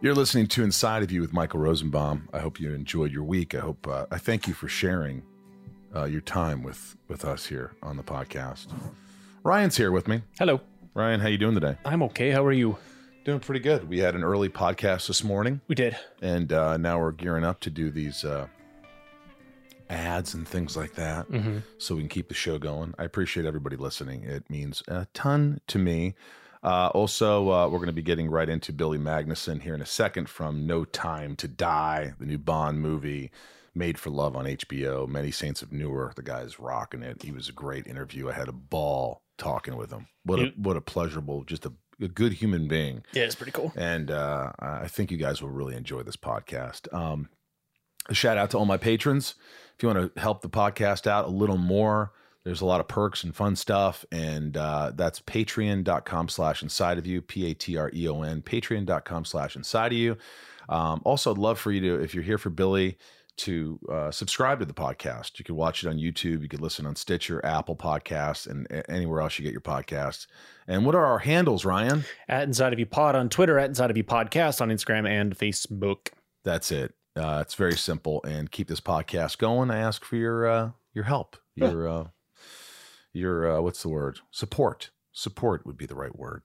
You're listening to Inside of You with Michael Rosenbaum. I hope you enjoyed your week. I hope uh, I thank you for sharing uh, your time with with us here on the podcast. Ryan's here with me. Hello. Ryan, how you doing today? I'm okay. How are you? Doing pretty good. We had an early podcast this morning, We did. and uh, now we're gearing up to do these uh, ads and things like that, so we can keep the show going. I appreciate everybody listening. It means a ton to me. Uh, also, uh, we're going to be getting right into Billy Magnuson here in a second from No Time to Die, the new Bond movie, Made for Love on HBO. Many Saints of Newark. The guy's rocking it. He was a great interview. I had a ball talking with him. What a, You- what a pleasurable, just a, a good human being. Yeah, it's pretty cool. And uh, I think you guys will really enjoy this podcast. Um, a shout out to all my patrons. If you want to help the podcast out a little more, there's a lot of perks and fun stuff. And uh, that's patreon.com slash inside of you, P A T R E O N, patreon.com slash inside of you. Um, also, I'd love for you to, if you're here for Billy, to uh, subscribe to the podcast. You can watch it on YouTube. You can listen on Stitcher, Apple Podcasts, and a- anywhere else you get your podcasts. And what are our handles, Ryan? At Inside of You Pod on Twitter, at Inside of You Podcast on Instagram and Facebook. That's it. Uh, it's very simple. And keep this podcast going. I ask for your uh, your help. Your uh, your uh, what's the word? Support. Support would be the right word.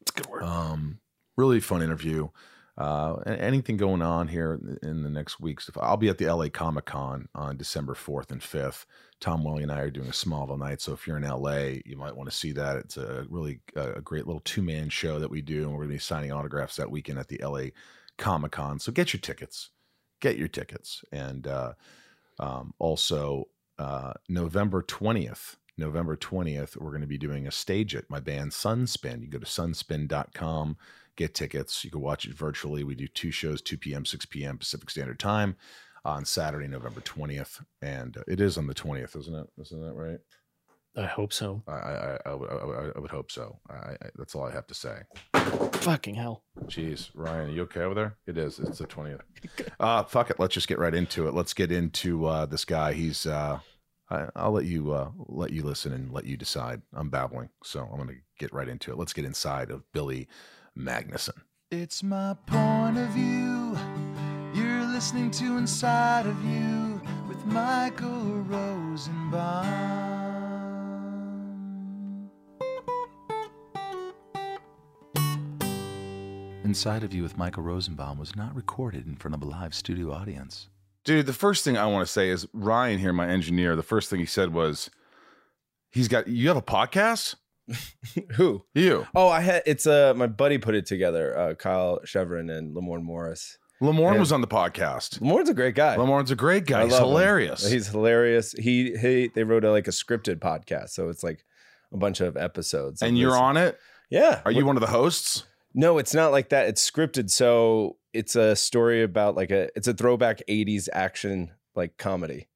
It's a good word. Um, really fun interview. Uh, a- anything going on here in the next weeks? If I'll be at the LA Comic Con on December fourth and fifth. Tom Welly and I are doing a Smallville night, so if you're in LA, you might want to see that. It's a really uh, a great little two man show that we do, and we're going to be signing autographs that weekend at the LA Comic Con. So get your tickets, get your tickets, and uh, um, also uh, November twentieth. November 20th, we're going to be doing a stage at my band Sunspin. You go to sunspin.com, get tickets. You can watch it virtually. We do two shows, 2 p.m., 6 p.m. Pacific Standard Time on Saturday, November 20th. And uh, it is on the 20th, isn't it? Isn't that right? I hope so. I, I, I, I, would- I would- I would hope so. I, I, that's all I have to say. Fucking hell. Jeez, Ryan, are you okay over there? It is. It's the 20th. Uh, fuck it. Let's just get right into it. Let's get into uh, this guy. He's, uh, I, I'll let you, uh, let you listen and let you decide. I'm babbling. So I'm going to get right into it. Let's get inside of Billy Magnuson. It's my point of view. You're listening to Inside of You with Michael Rosenbaum. Inside of You with Michael Rosenbaum was not recorded in front of a live studio audience. Dude, the first thing I want to say is Ryan here, my engineer. The first thing he said was, "He's got you have a podcast, Who? you Oh, I had it's uh my buddy put it together, uh Kyle Chevron and Lamorne Morris. Lamorne Yeah. was on the podcast. Lamorne's a great guy. Lamorne's a great I guy. He's love him. hilarious. He's hilarious. He he they wrote a, like a scripted podcast, so it's like a bunch of episodes. of and you're this- on it. Yeah. Are you one of the hosts? No, it's not like that. It's scripted, so it's a story about like a it's a throwback 80s action like comedy.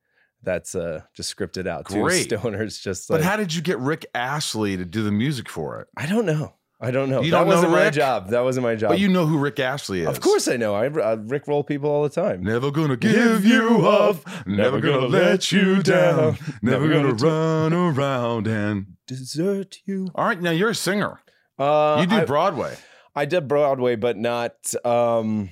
That's uh just scripted out. Two Great. stoners just like But how did you get Rick Astley to do the music for it? I don't know. I don't know. You that don't know wasn't my Rick? job. That wasn't my job. But you know who Rick Astley is, Of course I know. I, I Rick roll people all the time. Never gonna give you up. Never gonna let you down. Never gonna run around and. Desert you. All right, now you're a singer. Uh, You do I, Broadway. I did Broadway, but not um,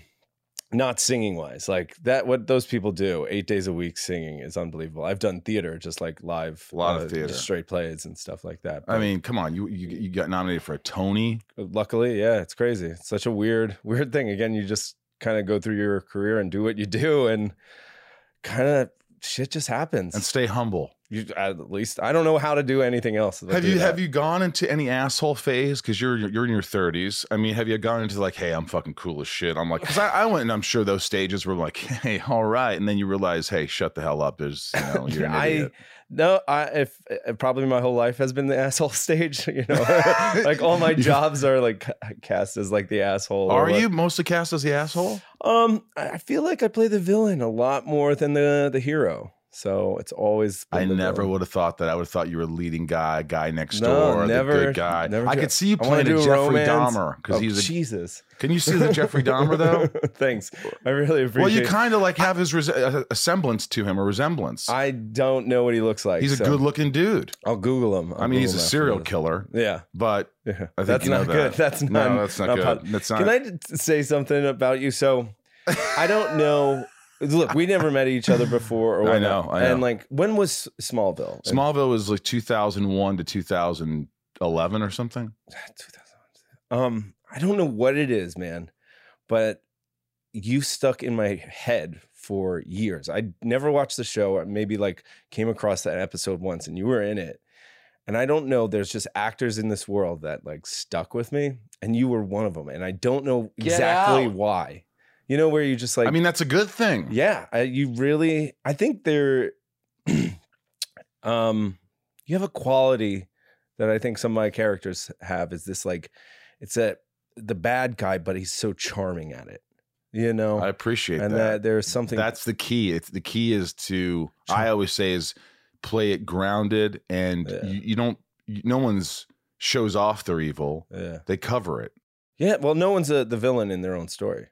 not singing wise. Like that, what those people do eight days a week singing is unbelievable. I've done theater, just like live, A uh, lot of theater. straight plays and stuff like that. I but mean, come on, you you, you got nominated for a Tony. luckily, yeah, it's crazy. It's such a weird, weird thing. Again, you just kind of go through your career and do what you do, and kind of shit just happens. and stay humble. You, at least I don't know how to do anything else. but Have do you that. have you gone into any asshole phase? Because you're you're in your thirties. I mean, have you gone into like, hey, I'm fucking cool as shit. I'm like, because I, I went and I'm sure those stages were like, hey, all right, and then you realize, hey, shut the hell up. There's you know, you're an I idiot. no, I if uh, probably my whole life has been the asshole stage. You know, like all my You- jobs are like ca- cast as like the asshole. or Are what- you mostly cast as the asshole? Um, I I feel like I play the villain a lot more than the the hero. So it's always. been I the never villain. would have thought that. I would have thought you were leading guy, guy next No, door, the never- good guy. never I do- could see you I wanna playing do a a Jeffrey romance. Dahmer because Oh, he's. A, Jesus. can you see the Jeffrey Dahmer though? Thanks. I really appreciate. Well, you kind of like have his res- a a semblance to him, a resemblance. I don't know what he looks like. he's a so good-looking dude. I'll Google him. I I'll mean, he's a Google him after serial this. killer, Yeah, but yeah. I think That's you know not that. good. That's not. no, that's not, good. pos- that's not. Can I d- say something about you? So, I don't know. Look, we never met each other before, or I whatnot. know, I And know. like, when was Smallville? Smallville was like 2001 to 2011 or something. 2011. Um, I don't know what it is, man, but you stuck in my head for years. I never watched the show. I maybe like came across that episode once, and you were in it. And I don't know. There's just actors in this world that like stuck with me, and you were one of them. And I don't know Get exactly out. why. You know where you just like. I mean, that's a good thing. yeah, I, you really. I think they're. um, you have a quality that I think some of my characters have is this like, it's a the bad guy, but he's so charming at it. You know, I appreciate and that. that there's something That's the key. It's the key is to Sure. I always say is play it grounded, and Yeah. you, you don't. You, no one's shows off their evil. Yeah. They cover it. Yeah. Well, no one's a, the villain in their own story.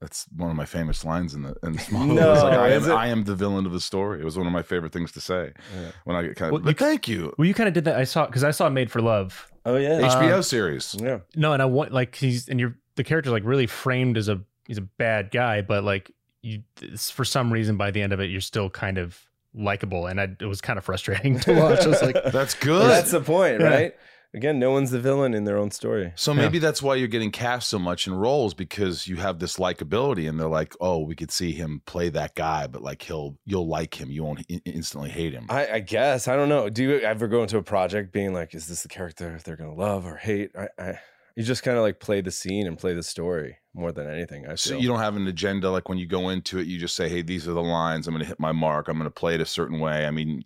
That's one of my famous lines in the in Smallville. No, It's like, I is am it? I am the villain of the story. It was one of my favorite things to say Yeah. when I get kind of. Well, you but c- thank you. Well, you kind of did that. I saw because I saw Made for Love. Oh yeah. Uh, HBO um, series. yeah. No, and I want like he's and you're the character's like really framed as a he's a bad guy, but like you it's, for some reason by the end of it you're still kind of likable, and I, it was kind of frustrating to watch. I was like, That's Well, good. that's the point, Yeah. right? Again, no one's the villain in their own story. so Yeah. maybe that's why you're getting cast so much in roles because you have this likability, and they're like, "Oh, we could see him play that guy, but like he'll you'll like him. You won't in- instantly hate him." I, I guess I don't know. Do you ever go into a project being like, "Is this the character they're gonna love or hate?" I, I you just kind of like play the scene and play the story more than anything. I feel. so you don't have an agenda. Like when you go into it, you just say, "Hey, these are the lines. I'm going to hit my mark. I'm going to play it a certain way." I mean,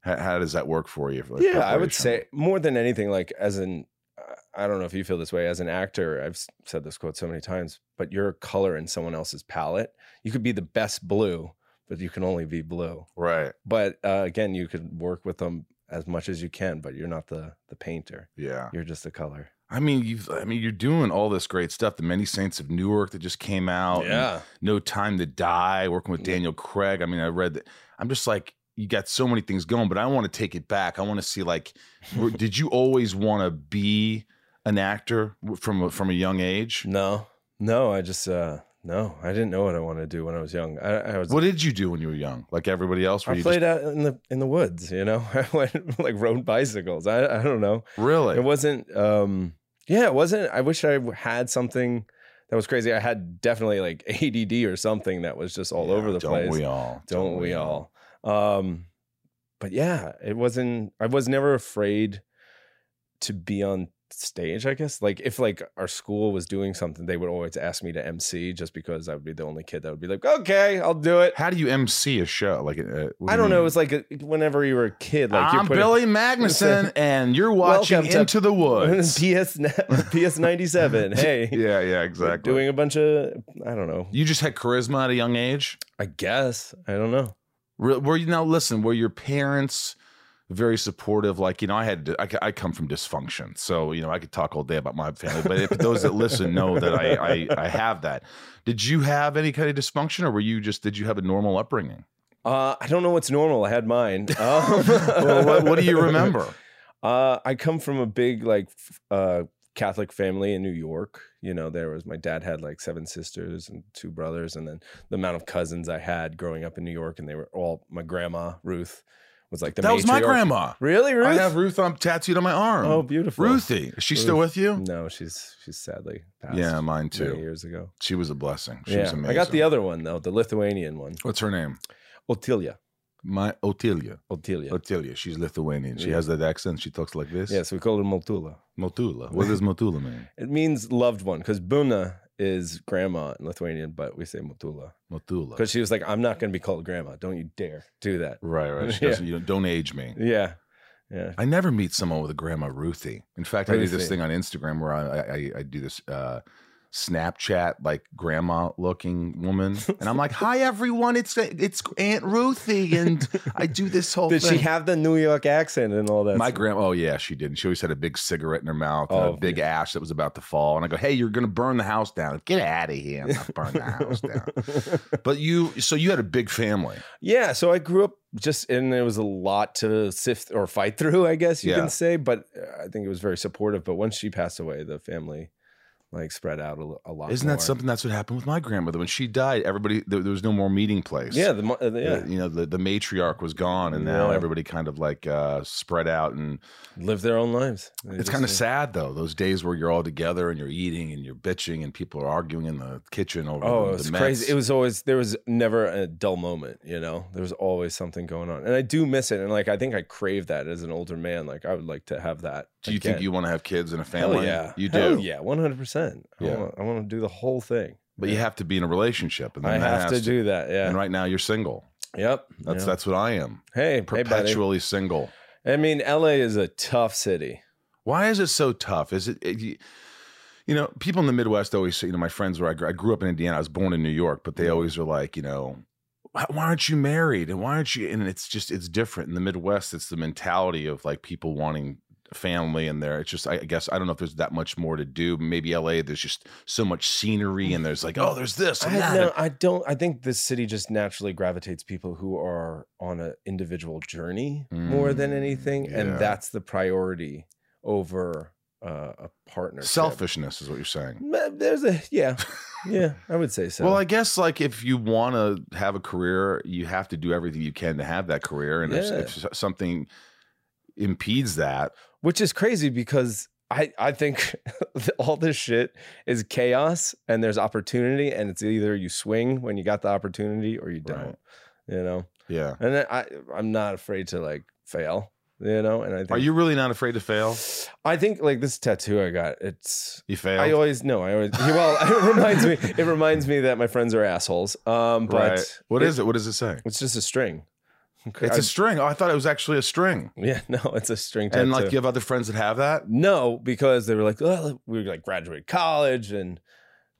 how, how does that work for you? for, like, yeah, I would preparation? say more than anything. Like as an, uh, I- I don't know if you feel this way as an actor. I've s- said this quote so many times, but you're a color in someone else's palette. You could be the best blue, but you can only be blue. right. But uh, again, you could work with them as much as you can, but you're not the the painter. Yeah. You're just the color. I mean, you've. I mean, you're doing all this great stuff. The Many Saints of Newark that just came out. Oh, and No Time to Die, working with Yeah. Daniel Craig. I mean, I read that. I'm just like, you got so many things going, but I want to take it back. I want to see, like, were- did you always want to be an actor w- from a, from a young age? No, no, I just uh no, I didn't know what I wanted to do when I was young. I, I was What did you do when you were young? Like everybody else? Were I you played out in the in the woods, you know. I went like rode bicycles. I I don't know. just, really? It wasn't um yeah, it wasn't I wish I had something that was crazy. I had definitely like ADD or something that was just all Yeah, over the don't place. we all? don't we all? Um but yeah, it wasn't I was never afraid to be on stage, I guess. Like if like our school was doing something, they would always ask me to MC just because I would be the only kid that would be like, "Okay, I'll do it." How do you MC a show? Like, uh, what do I you don't know, mean? it was like a, whenever you were a kid like I'm you put it- Billy Magnuson, and you're watching Welcome to- Into the Woods. PS PS 97. Hey. yeah, yeah, exactly. Doing a bunch of I don't know. you just had charisma at a young age. I guess. I don't know. Re- Were you now listen? Were your parents very supportive? Like you know, I had I, I come from dysfunction, so you know I could talk all day about my family. But if those that listen know that I, I I have that. Did you have any kind of dysfunction, or were you just did you have a normal upbringing? Uh, I don't know what's normal. I had mine. Um, Well, what, what do you remember? Uh, I come from a big like f- uh, Catholic family in New York. You know, there was my dad had like seven sisters and two brothers, and then the amount of cousins I had growing up in New York, and they were all my grandma Ruth was like the that was my matriarch. grandma. Really, Ruth? I have Ruth on tattooed on my arm. Oh, beautiful, Ruthie, is she still Ruth. with you? No, she's she's sadly passed. Yeah, mine many too. years ago. She was a blessing. She yeah, was amazing. I got the other one though, the Lithuanian one, What's her name? Otilia. My Otilia. Otilia. Otilia. She's Lithuanian. She Yeah. has that accent. She talks like this. Yeah, so we call her Motula. Motula. What does Motula mean? It means loved one because Buna is grandma in Lithuanian, but we say Motula Motula. because she was like, "I'm not going to be called grandma. Don't you dare do that." right, right. She Yeah. doesn't, you know, don't age me. Yeah, yeah. I never meet someone with a grandma Ruthie. In fact, I do this Ruthie. thing on Instagram where I I, I do this uh, Snapchat like grandma looking woman, and I'm like, "Hi everyone, it's it's Aunt Ruthie," and I do this whole. Did thing. she have the New York accent and all that? My stuff? grandma, oh yeah, she did. And she always had a big cigarette in her mouth, and Oh, a big ash that was about to fall. And I go, "Hey, you're gonna burn the house down. Get out of here! I'm not burning the house down." But you, so you had a big family. Yeah, so I grew up just, and there was a lot to sift or fight through, I guess you Yeah. can say. But uh, I think it was very supportive. But once she passed away, the family like spread out a, lo- a lot. Isn't more. that something that's what happened with my grandmother when she died? Everybody, there, there was no more meeting place. Yeah, the, mo- uh, yeah, The- you know the, the matriarch was gone and now Yeah. everybody kind of like uh spread out and live their own lives. They it's just, kind uh, of sad though those days where you're all together and you're eating and you're bitching and people are arguing in the kitchen over the, Oh, it the was mess. crazy. It was always there was never a dull moment, you know. There was always something going on, and I do miss it. And like I think I crave that as an older man. Like I would like to have that. do you think again. you want to have kids and a Hell family yeah, you do Hell yeah, one hundred percent. Yeah. I want to do the whole thing. but you have to be in a relationship and then I that have to has do that. Yeah. and right now you're single Yep. that's yeah. that's what i am Hey, Hey, buddy. perpetually single I mean, LA is a tough city. Why is it so tough? Is it, it- you, you know, people in the Midwest always say, you know, my friends where I grew, I grew up in Indiana, I was born in New York, but they Mm-hmm. always are like, you know, why why aren't you married? And why aren't you? And it's just, it's different. In the Midwest, it's the mentality of like people wanting family in there. It's just, I guess, I don't know if there's that much more to do. Maybe LA, there's just so much scenery and there's like, oh, there's this. And I, that. no, I don't. I think this city just naturally gravitates people who are on an individual journey more than Mm, anything, yeah. and that's the priority over uh, a partner. Selfishness is what you're saying. There's a yeah, yeah. I would say so. Well, I guess like if you want to have a career, you have to do everything you can to have that career, and Yeah. if, if something impedes that, which is crazy because I I think all this shit is chaos, and there's opportunity, and it's either you swing when you got the opportunity or you Right. don't. You know. yeah. and then I I'm not afraid to like fail, you know. And I think Are you really not afraid to fail? I think like this tattoo I got. It's You fail. I always know. I always well. It reminds me. It reminds me that my friends are assholes. Um, but right. What it- is it? What does it say? It's just a string. It's a string. Oh, I thought it was actually a string. yeah. No, it's a string tattoo. And like you have other friends that have that. no, because they were like, oh, we like graduated college and.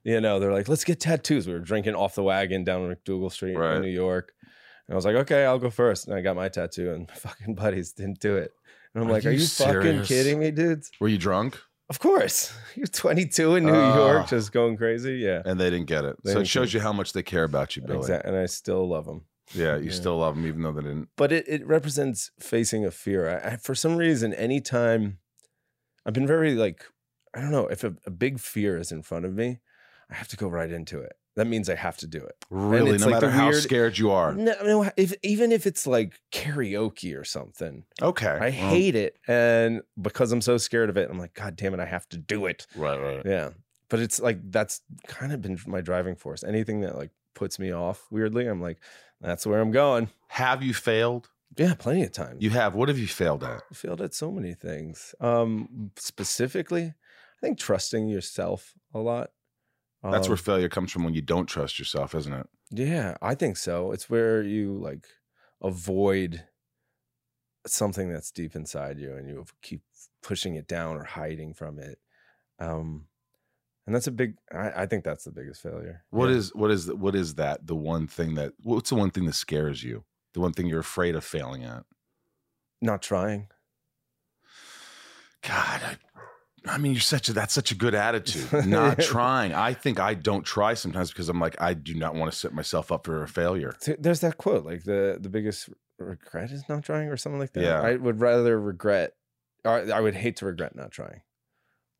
You know, they're like, let's get tattoos. We were drinking off the wagon down on McDougal Street Right. in New York. And I was like, okay, I'll go first. And I got my tattoo, and my fucking buddies didn't do it. And I'm Are like, are you you fucking serious? kidding me, dudes? Were you drunk? Of course. You're 22 in New Ah. York, just going crazy. Yeah. And they didn't get it. They so it didn't shows get you how much they care about you, Billy. Exactly. And I still love them. Yeah, you Yeah. still love them even though they didn't. But it, it represents facing a fear. I, I, for some reason, anytime I've been very like, I don't know, if a, a big fear is in front of me, I have to go right into it. That means I have to do it. Really, it's no like matter the how weird- scared you are. No, no if, even if it's like karaoke or something, Okay. Mm. I hate it. And because I'm so scared of it, I'm like, God damn it, I have to do it. Right, right. Yeah. But it's like that's kind of been my driving force. Anything that like puts me off weirdly, I'm like, that's where I'm going. Have you failed? Yeah, plenty of times. You have. What have you failed at? I failed at so many things. Um specifically, I think trusting yourself a lot. That's where Um, failure comes from when you don't trust yourself, isn't it? Yeah, I think so. It's where you like avoid something that's deep inside you and you keep pushing it down or hiding from it. Um and that's a big I, I think that's the biggest failure. What Yeah. is what is what is that? The one thing that what's the one thing that scares you? The one thing you're afraid of failing at? not trying? God, I, I mean, you're such a that's such a good attitude. Not trying. I think I don't try sometimes because I'm like I do not want to set myself up for a failure. Th- There's that quote, like the the biggest r- regret is not trying, or something like that. Yeah. I would rather regret, or I would hate to regret not trying,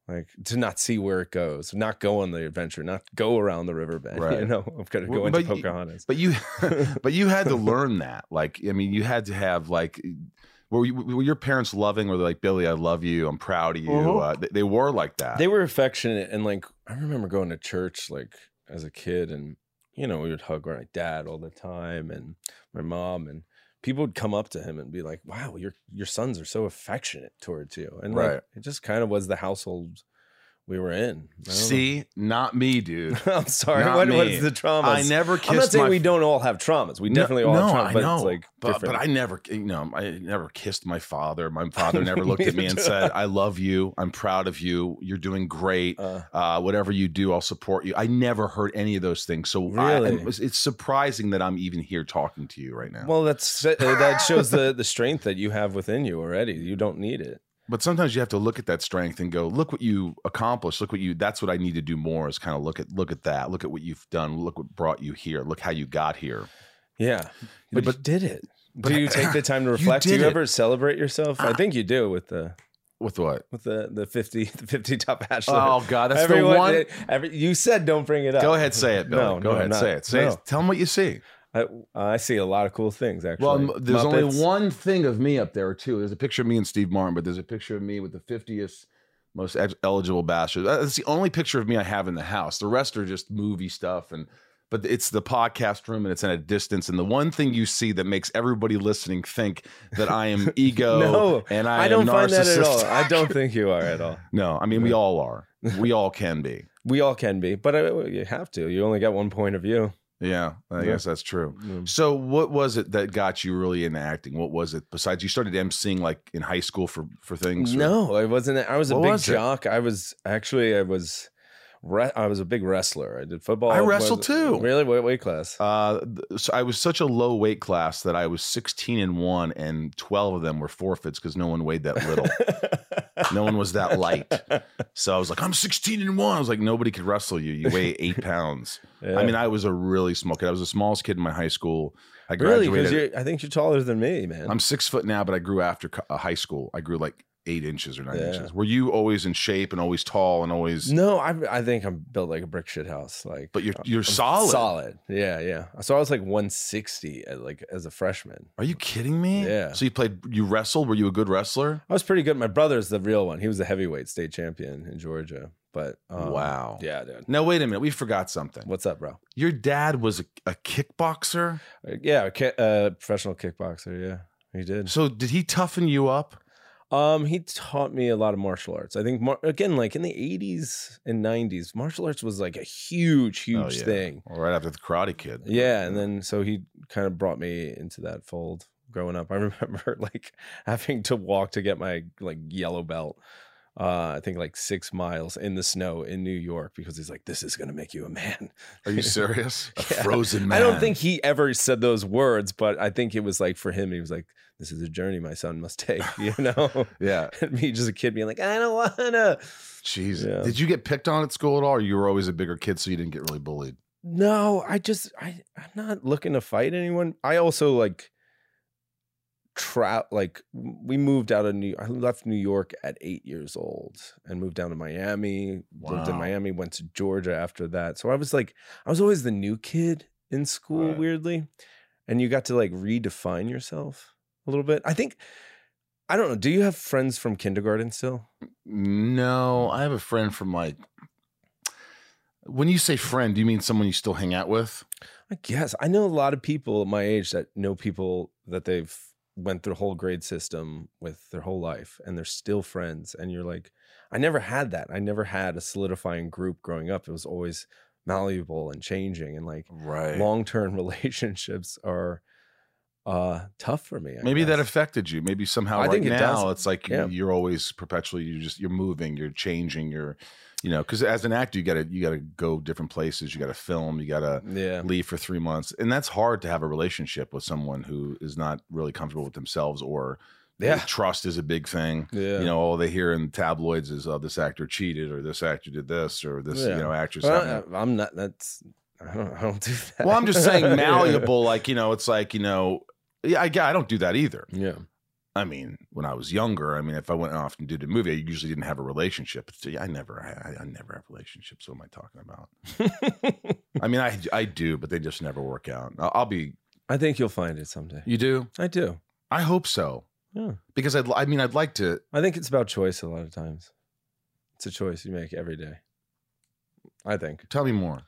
like to not see where it goes, not go on the adventure, not go around the riverbed. You Right. know, I'm gonna Well, go into but y- Pocahontas. But you, but you had to learn that. Like, I mean, you had to have like. Were, you, were your parents loving? Were they like Billy? I love you. I'm proud of you. Uh, they, they were like that. they were affectionate, and like I remember going to church like as a kid, and you know we would hug my dad all the time and my mom and. people would come up to him and be like, "Wow, your your sons are so affectionate towards you," and Right. like it just kind of was the household we were in. I don't know. See, not me, dude. I'm sorry. Not What me. was the trauma? I never kissed I'm not saying my we don't all have traumas. We No- definitely all no, have traumas, I but know. it's like but, different. but I never, you know, I never kissed my father. My father never looked at me and said, "I love you. I'm proud of you. You're doing great. uh, Uh, whatever you do, I'll support you." I never heard any of those things. So I- Really? it's- it's surprising that I'm even here talking to you right now. well, that's uh, that shows the the strength that you have within you already. You don't need it. but sometimes you have to look at that strength and go, "Look what you accomplished. Look what you. That's what I need to do more. Is kind of look at look at that. Look at what you've done. Look what brought you here. Look how you got here." Yeah, But- but, but- you did it. but- do you take the time to reflect? do did you it. ever celebrate yourself? I Ah. think you do with the With what? with the the fifty the fifty top bachelor. Oh God, that's Everyone- the one. every- you said don't bring it up. Go ahead, say it, Billy. No, Go no, ahead, not- say it. Say no. it. Tell them what you see. I, I see a lot of cool things actually. Well, m- there's Muppets. only one thing of me up there, or two. There's a picture of me and Steve Martin, but there's a picture of me with the 50th most ex- eligible bachelor. That- That's the only picture of me I have in the house. The rest are just movie stuff and. But it's the podcast room and it's at a distance. And the one thing you see that makes everybody listening think that I am ego No, and I, I, am don't find that at all. narcissistic. I don't think you are at all. No, I mean, we all are. We all can be. We all can be, but I, you have to. You only got one point of view. Yeah, I Yeah. guess that's true. So, what was it that got you really into acting? What was it besides you started emceeing like in high school for for things? or- No, I wasn't. I was a What big was it? jock. I was actually. I was. Re- I was a big wrestler. I did football. I wrestled too. Really, what weight class? Uh, th- so I was such a low weight class that I was 16 and one, and 12 of them were forfeits because no one weighed that little. no one was that light. So I was like, I'm 16 and one. I was like, nobody could wrestle you. You weigh eight pounds. I mean, I was a really small kid. I was the smallest kid in my high school. I really, graduated. because I think you're taller than me, man. I'm six foot now, but I grew after co- uh, high school. I grew like eight inches or nine Yeah. inches. Were you always in shape and always tall and always? no, I, I think I'm built like a brick shit house. Like, uh, But you're I'm you're solid. Solid. Yeah, yeah. So I was like 160 at, like as a freshman. Are you kidding me? Yeah. So you played, you wrestled. Were you a good wrestler? I was pretty good. My brother's the real one. He was a heavyweight state champion in Georgia. But um, Wow. yeah, dude. No, wait a minute. We forgot something. What's up, bro? Your dad was a, a kickboxer. Uh, Yeah, a ki- uh, professional kickboxer. Yeah, he did. So did he toughen you up? Um, he taught me a lot of martial arts. I think mar- again, like in the '80s and '90s, martial arts was like a huge, huge Oh, yeah. thing. Well, right after the Karate Kid. Yeah, and then so he kind of brought me into that fold growing up. I remember like having to walk to get my like yellow belt. Uh, I think like six miles in the snow in New York because he's like, "This is gonna make you a man." Are you serious? A Yeah. frozen man. I don't think he ever said those words, but I think it was like for him, he was like, "This is a journey my son must take," you know. Yeah. and me just a kid being like, "I don't wanna." Jeez. Yeah. Did you get picked on at school at all? Or you were always a bigger kid, so you didn't get really bullied. No, I just I I'm not looking to fight anyone. I also like trap like we moved out of New I left New York at 8 years old and moved down to Miami, lived in Wow. Miami, went to Georgia after that. So I was like I was always the new kid in school Right. weirdly. And you got to like redefine yourself a little bit. I think I don't know, do you have friends from kindergarten still? No, I have a friend from like. When you say friend, do you mean someone you still hang out with? I guess I know a lot of people my age that know people that they've went through whole grade system with their whole life and they're still friends and you're like I never had that. I never had a solidifying group growing up. It was always malleable and changing and like Right. long-term relationships are uh tough for me. I Maybe that guess. affected you. Maybe somehow I right think it now does. it's like you- Yeah. you're always perpetually you just you're moving, you're changing, you're you know, because as an actor you gotta you gotta go different places, you gotta film, you gotta yeah. leave for three months. And that's hard to have a relationship with someone who is not really comfortable with themselves or Yeah. trust is a big thing. Yeah. You know, all they hear in tabloids is oh this actor cheated or this actor did this or this you Yeah. know actress. Well, uh, happened. I- I'm not that's I don't I don't do that. well, I'm just saying Yeah. malleable, like, you know, it's like, you know, yeah, I, I don't do that either. Yeah. I mean, when I was younger, I mean, if I went off and did a movie, I usually didn't have a relationship. So, yeah, I never, I, I never have relationships. What am I talking about? I mean, I, I do, but they just never work out. I'll, I'll be, I think you'll find it someday. you do? I do. I hope so. Yeah. Because I'd, li- I mean, I'd like to, I think it's about choice a lot of times. It's a choice you make every day. I think. tell me more.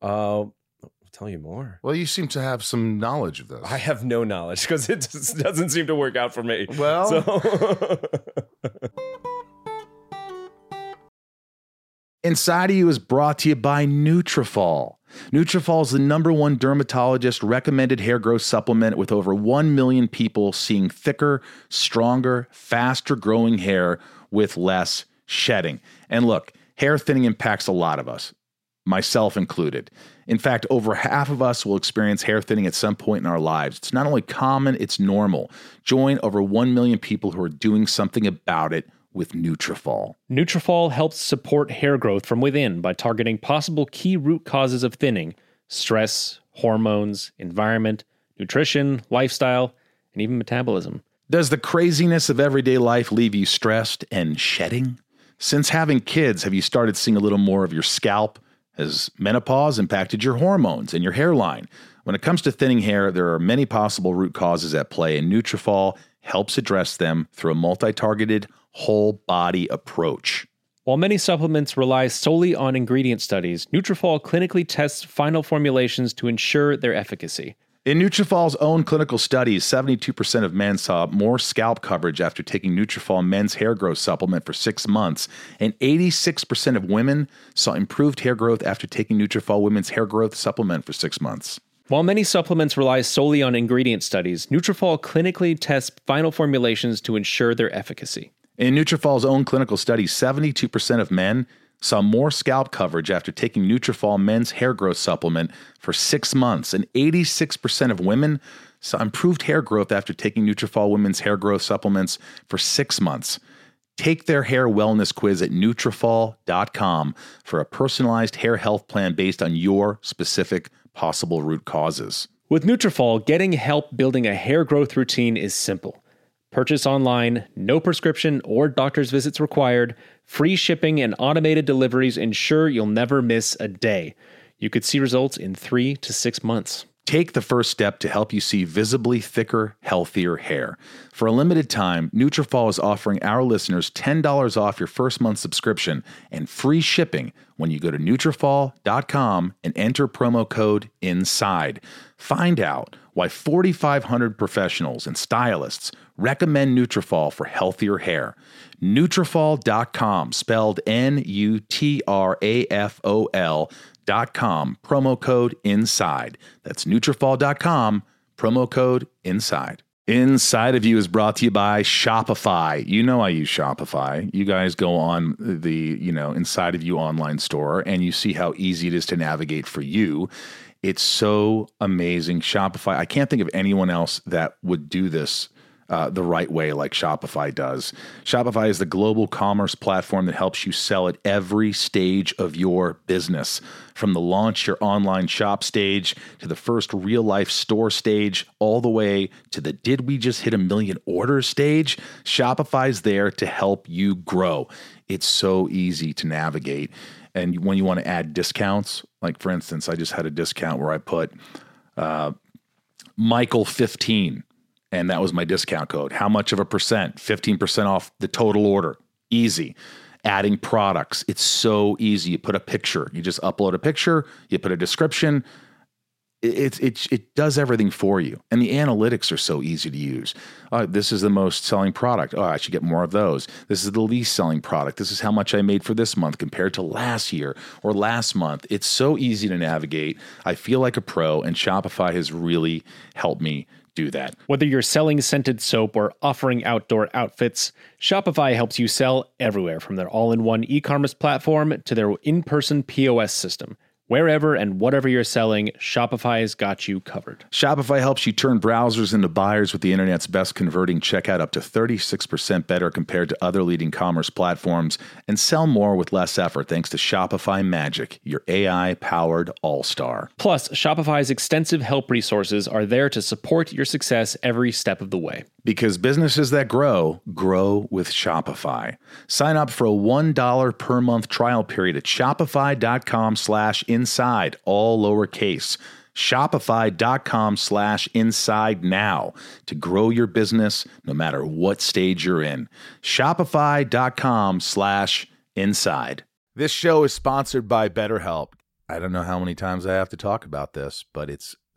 Uh, tell you more. Well, you seem to have some knowledge of this. I have no knowledge because it just doesn't seem to work out for me. Well, So Inside of You is brought to you by Nutrafol. Nutrafol is the number one dermatologist recommended hair growth supplement with over 1 million people seeing thicker, stronger, faster growing hair with less shedding. And look, hair thinning impacts a lot of us, myself included. In fact, over half of us will experience hair thinning at some point in our lives. It's not only common, it's normal. Join over 1 million people who are doing something about it with Nutrafol. Nutrafol helps support hair growth from within by targeting possible key root causes of thinning: stress, hormones, environment, nutrition, lifestyle, and even metabolism. Does the craziness of everyday life leave you stressed and shedding? Since having kids, have you started seeing a little more of your scalp? Has menopause impacted your hormones and your hairline? When it comes to thinning hair, there are many possible root causes at play, and Nutrafol helps address them through a multi-targeted whole body approach. While many supplements rely solely on ingredient studies, Nutrafol clinically tests final formulations to ensure their efficacy. In Nutrafol's own clinical studies, 72% of men saw more scalp coverage after taking Nutrafol men's hair growth supplement for six months, and 86% of women saw improved hair growth after taking Nutrafol women's hair growth supplement for six months. While many supplements rely solely on ingredient studies, Nutrafol clinically tests final formulations to ensure their efficacy. In Nutrafol's own clinical studies, 72% of men saw more scalp coverage after taking Nutrafol men's hair growth supplement for six months, and 86% of women saw improved hair growth after taking Nutrafol women's hair growth supplements for six months. Take their hair wellness quiz at Nutrafol.com for a personalized hair health plan based on your specific possible root causes. With Nutrafol, getting help building a hair growth routine is simple. Purchase online, no prescription or doctor's visits required, free shipping and automated deliveries ensure you'll never miss a day. You could see results in 3 to 6 months. Take the first step to help you see visibly thicker, healthier hair. For a limited time, Nutrafol is offering our listeners $10 off your first month subscription and free shipping when you go to Nutrafol.com and enter promo code INSIDE. Find out why 4,500 professionals and stylists recommend Nutrafol for healthier hair. Nutrafol.com, spelled N-U-T-R-A-F-O-L dot com promo code inside. That's Nutrafol.com, promo code inside. Inside of You is brought to you by Shopify. You know I use Shopify. You guys go on the, you know, Inside of You online store and you see how easy it is to navigate for you. It's so amazing. Shopify, I can't think of anyone else that would do this uh, the right way, like Shopify does. Shopify is the global commerce platform that helps you sell at every stage of your business, from the launch your online shop stage to the first real life store stage, all the way to the did we just hit a million orders stage. Shopify's there to help you grow. It's so easy to navigate. And when you want to add discounts, like for instance, I just had a discount where I put uh, Michael 15 and that was my discount code. How much of a percent? 15% off the total order. Easy. Adding products. It's so easy. You put a picture, you just upload a picture, you put a description. It, it, it, it does everything for you. And the analytics are so easy to use. Uh, this is the most selling product. Oh, I should get more of those. This is the least selling product. This is how much I made for this month compared to last year or last month. It's so easy to navigate. I feel like a pro, and Shopify has really helped me do that. Whether you're selling scented soap or offering outdoor outfits, Shopify helps you sell everywhere from their all in one e commerce platform to their in person POS system. Wherever and whatever you're selling, Shopify's got you covered. Shopify helps you turn browsers into buyers with the internet's best converting checkout up to 36% better compared to other leading commerce platforms and sell more with less effort thanks to Shopify Magic, your AI powered all star. Plus, Shopify's extensive help resources are there to support your success every step of the way. Because businesses that grow, grow with Shopify. Sign up for a $1 per month trial period at shopify.com slash inside, all lowercase. Shopify.com slash inside now to grow your business no matter what stage you're in. Shopify.com slash inside. This show is sponsored by BetterHelp. I don't know how many times I have to talk about this, but it's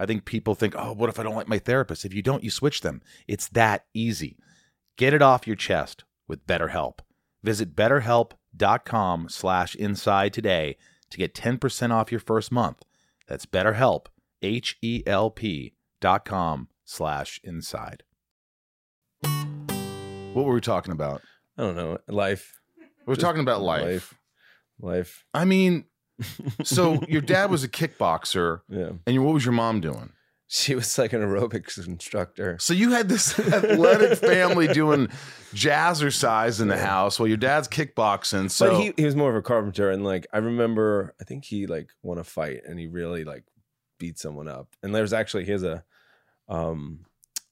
I think people think, oh, what if I don't like my therapist? If you don't, you switch them. It's that easy. Get it off your chest with BetterHelp. Visit betterhelp.com slash inside today to get 10% off your first month. That's betterhelp, H-E-L-P dot com slash inside. What were we talking about? I don't know. Life. We were Just talking about life. life. Life. I mean, so your dad was a kickboxer, Yeah. and your- what was your mom doing? She was like an aerobics instructor. So you had this athletic family doing jazzercise in the house while your dad's kickboxing. So but he, he was more of a carpenter and like I remember I think he like won a fight and he really like beat someone up. And there's actually here's a um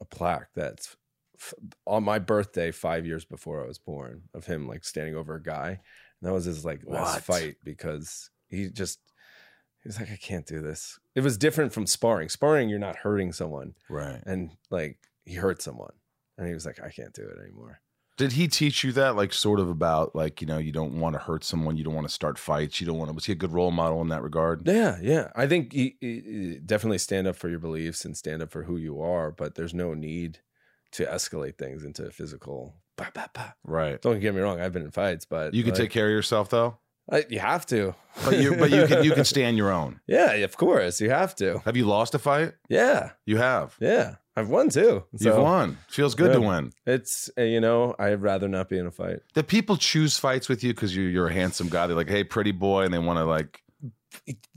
a plaque that's f- on my birthday 5 years before I was born of him like standing over a guy. And that was his like last What? fight because he just he was like I can't do this. It was different from sparring. Sparring you're not hurting someone right. and like he hurt someone and he was like I can't do it anymore. Did he teach you that, like, sort of about, like, you know, you don't want to hurt someone, you don't want to start fights, you don't want to? Was he a good role model in that regard? Yeah, yeah. I think you, you- you definitely stand up for your beliefs and stand up for who you are, but there's no need to escalate things into physical. Bah, bah, bah. Right. Don't get me wrong. I've been in fights, but You could like, take care of yourself though, I, you have to. but you but you can you can stand your own. Yeah, of course you have to. Have you lost a fight? Yeah, You have. yeah. I've won too. You've So won. Feels good to Yeah. win. It's uh, you know I'd rather not be in a fight. Do people choose fights with you because you're you're a handsome guy? They're like, hey, pretty boy, and they want to like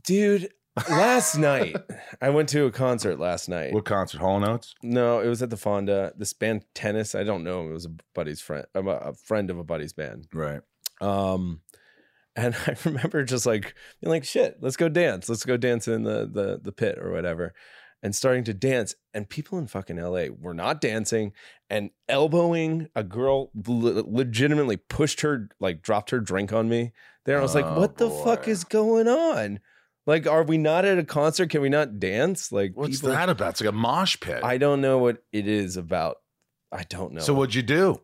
Dude, last night I went to a concert last night. what concert? Hall notes. No, it was at the Fonda. This band Tennis. I don't know. him. It was a buddy's friend, a- a friend of a buddy's band. Right. Um, and I remember just like being like, "Shit, let's go dance. Let's go dance in the the the pit or whatever," and starting to dance. And people in fucking LA were not dancing and elbowing a girl. le- legitimately pushed her, like dropped her drink on me. There, and I was like, Oh, "What the fuck boy. is going on? Like, are we not at a concert? Can we not dance? Like, What's that about? It's like a mosh pit. I don't know what it is about. I don't know. So what'd you do?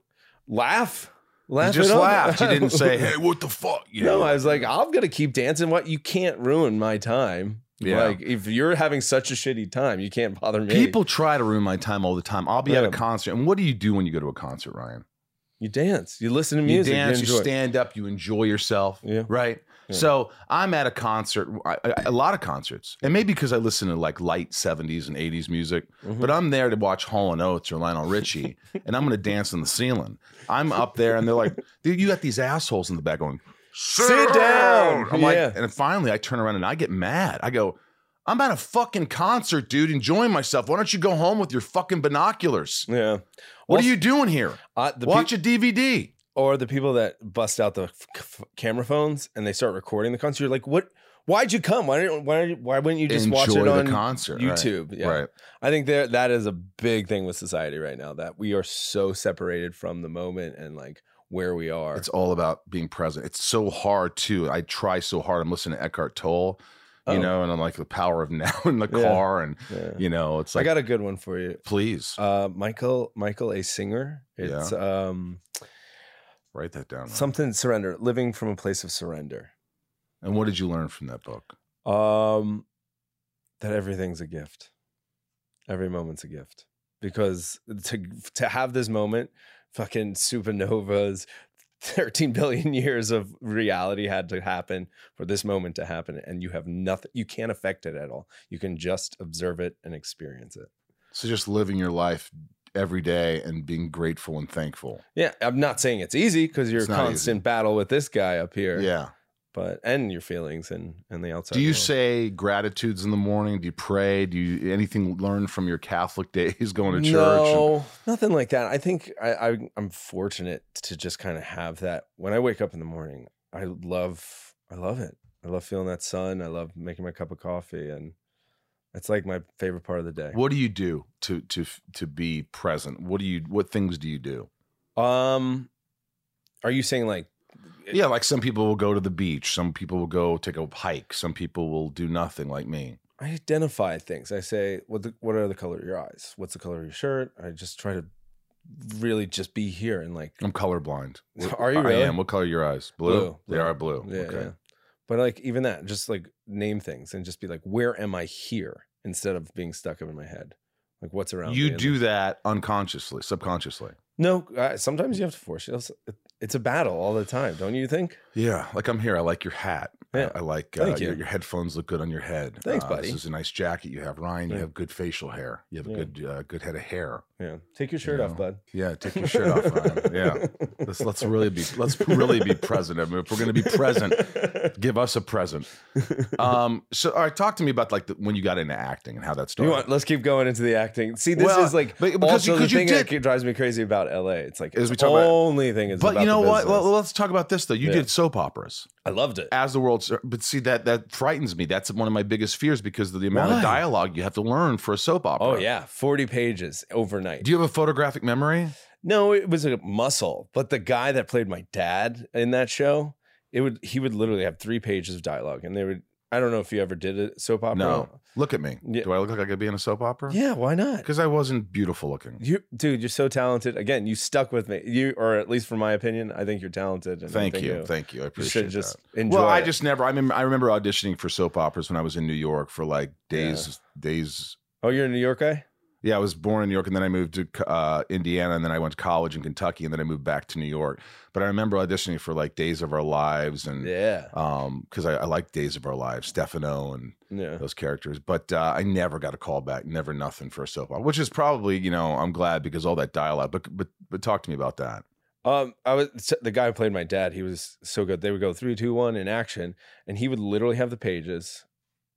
laugh? Laugh. you it just up. laughed. You didn't say, "Hey, what the fuck?" You No, know? I was like, I'm gonna keep dancing. What you can't ruin my time. Yeah. Like if you're having such a shitty time, you can't bother me. People try to ruin my time all the time. I'll be at a Yeah. concert, and what do you do when you go to a concert, Ryan? you dance, you listen to music, You dance, you, enjoy. stand up, you enjoy yourself. Yeah. Right. Yeah. So I'm at a concert, I- I- a lot of concerts, and maybe because I listen to like light 70s and 80s music, Mhm. but I'm there to watch Hall and Oates or Lionel Richie, and I'm going to dance on the ceiling. I'm up there, and they're like, "Dude, you got these assholes in the back going, sit, Sit down." I'm like, Yeah. and finally I turn around and I get mad. I go, "I'm at a fucking concert, dude, enjoying myself. Why don't you go home with your fucking binoculars? Yeah. What Also- are you doing here? Uh, the Watch pe- a DVD." or the people that bust out the f- f- camera phones and they start recording the concert. You're like, what? Why'd you come? Why didn't? Why? Why wouldn't you just watch it Enjoy the on concert, right. YouTube? Yeah. Right. I think there that is a big thing with society right now that we are so separated from the moment and like where we are. It's all about being present. It's so hard too. I try so hard. I'm listening to Eckhart Tolle, you Oh. know, and I'm like the power of now in the Yeah. car, and Yeah. you know, it's I like got a good one for you. please. Uh, Michael Michael A. Singer. Yeah. It's um, Write that down. Ryan. Something surrender, living from a place of surrender. and what did you learn from that book? Um, that everything's a gift. Every moment's a gift because to to have this moment, fucking supernovas, thirteen billion years of reality had to happen for this moment to happen, and you have nothing. You can't affect it at all. You can just observe it and experience it. So just living your life every day and being grateful and thankful. Yeah, I'm not saying it's easy because you're It's not constant battle with this guy up here. Yeah. but and your feelings and and the outside. Do you world. say gratitudes in the morning? Do you pray? Do you anything learned from your Catholic days going to church? No, nothing like that. I think I, I I'm fortunate to just kind of have that. When I wake up in the morning, I love I love it. I love feeling that sun. I love making my cup of coffee, and it's like my favorite part of the day. What do you do to to to be present? What do you what things do you do? Um, are you saying like Yeah, like some people will go to the beach, some people will go take a hike, some people will do nothing like me. I identify things? I say what the, what are the color of your eyes? What's the color of your shirt? I just try to really just be here and like I'm colorblind. What- Are you I really? am. What color are your eyes? Blue. Blue, They blue. are blue. Yeah, okay. yeah. But like even that, just like name things and just be like, where am I here? Instead of being stuck up in my head, like what's around. me You and- do that unconsciously, subconsciously. no. I, sometimes you have to force yourself. It's a battle all the time, don't you think? Yeah, like I'm here. I like your hat. I- Yeah. I like uh, Thank you. your, your headphones look good on your head. Thanks, Uh, buddy. This is a nice jacket you have, Ryan. You Yeah. have good facial hair. You have a Yeah. good uh, good head of hair. Yeah. Take your shirt Yeah. off, bud. Yeah, take your shirt off, Ryan. Yeah, let's let's really be let's really be present. I mean, if we're gonna be present, give us a present. Um, so all right, talk to me about like the, when you got into acting and how that You started. want? Let's keep going into the acting. See, this Well, is like but- because because you- also the 'cause you thing did- that drives me crazy about LA. It's like As we it's talk about- only thing is. but about you the know what? business. Well, let's talk about this though. You Yeah. did soap operas I loved it. as the world's, but see that that frightens me. That's one of my biggest fears because of the amount Why? of dialogue you have to learn for a soap opera. Oh yeah, forty pages overnight. Do you have a photographic memory? No, it was a muscle. But the guy that played my dad in that show, it would he would literally have three pages of dialogue, and they would. I don't know if you ever did a soap opera. No. Look at me. Yeah. Do I look like I could be in a soap opera? Yeah, why not? Because I wasn't beautiful looking. You, dude, you're so talented. Again, you stuck with me. You, or at least from my opinion, I think you're talented. And I Thank think you. Thank you. I you appreciate should just that. enjoy. Well, I it. just never. I mean, I remember auditioning for soap operas when I was in New York for like days, days. Oh, you're a New York guy. Yeah, I was born in New York, and then I moved to uh, Indiana, and then I went to college in Kentucky, and then I moved back to New York. But I remember auditioning for like Days of Our Lives, and Yeah. um, because I, I like Days of Our Lives, Stefano, and Yeah. those characters. But uh, I never got a call back, never nothing for a soap opera, which is probably you know I'm glad because all that dialogue. But but but talk to me about that. Um, I was so the guy who played my dad. He was so good. They would go three, two, one in action, and he would literally have the pages,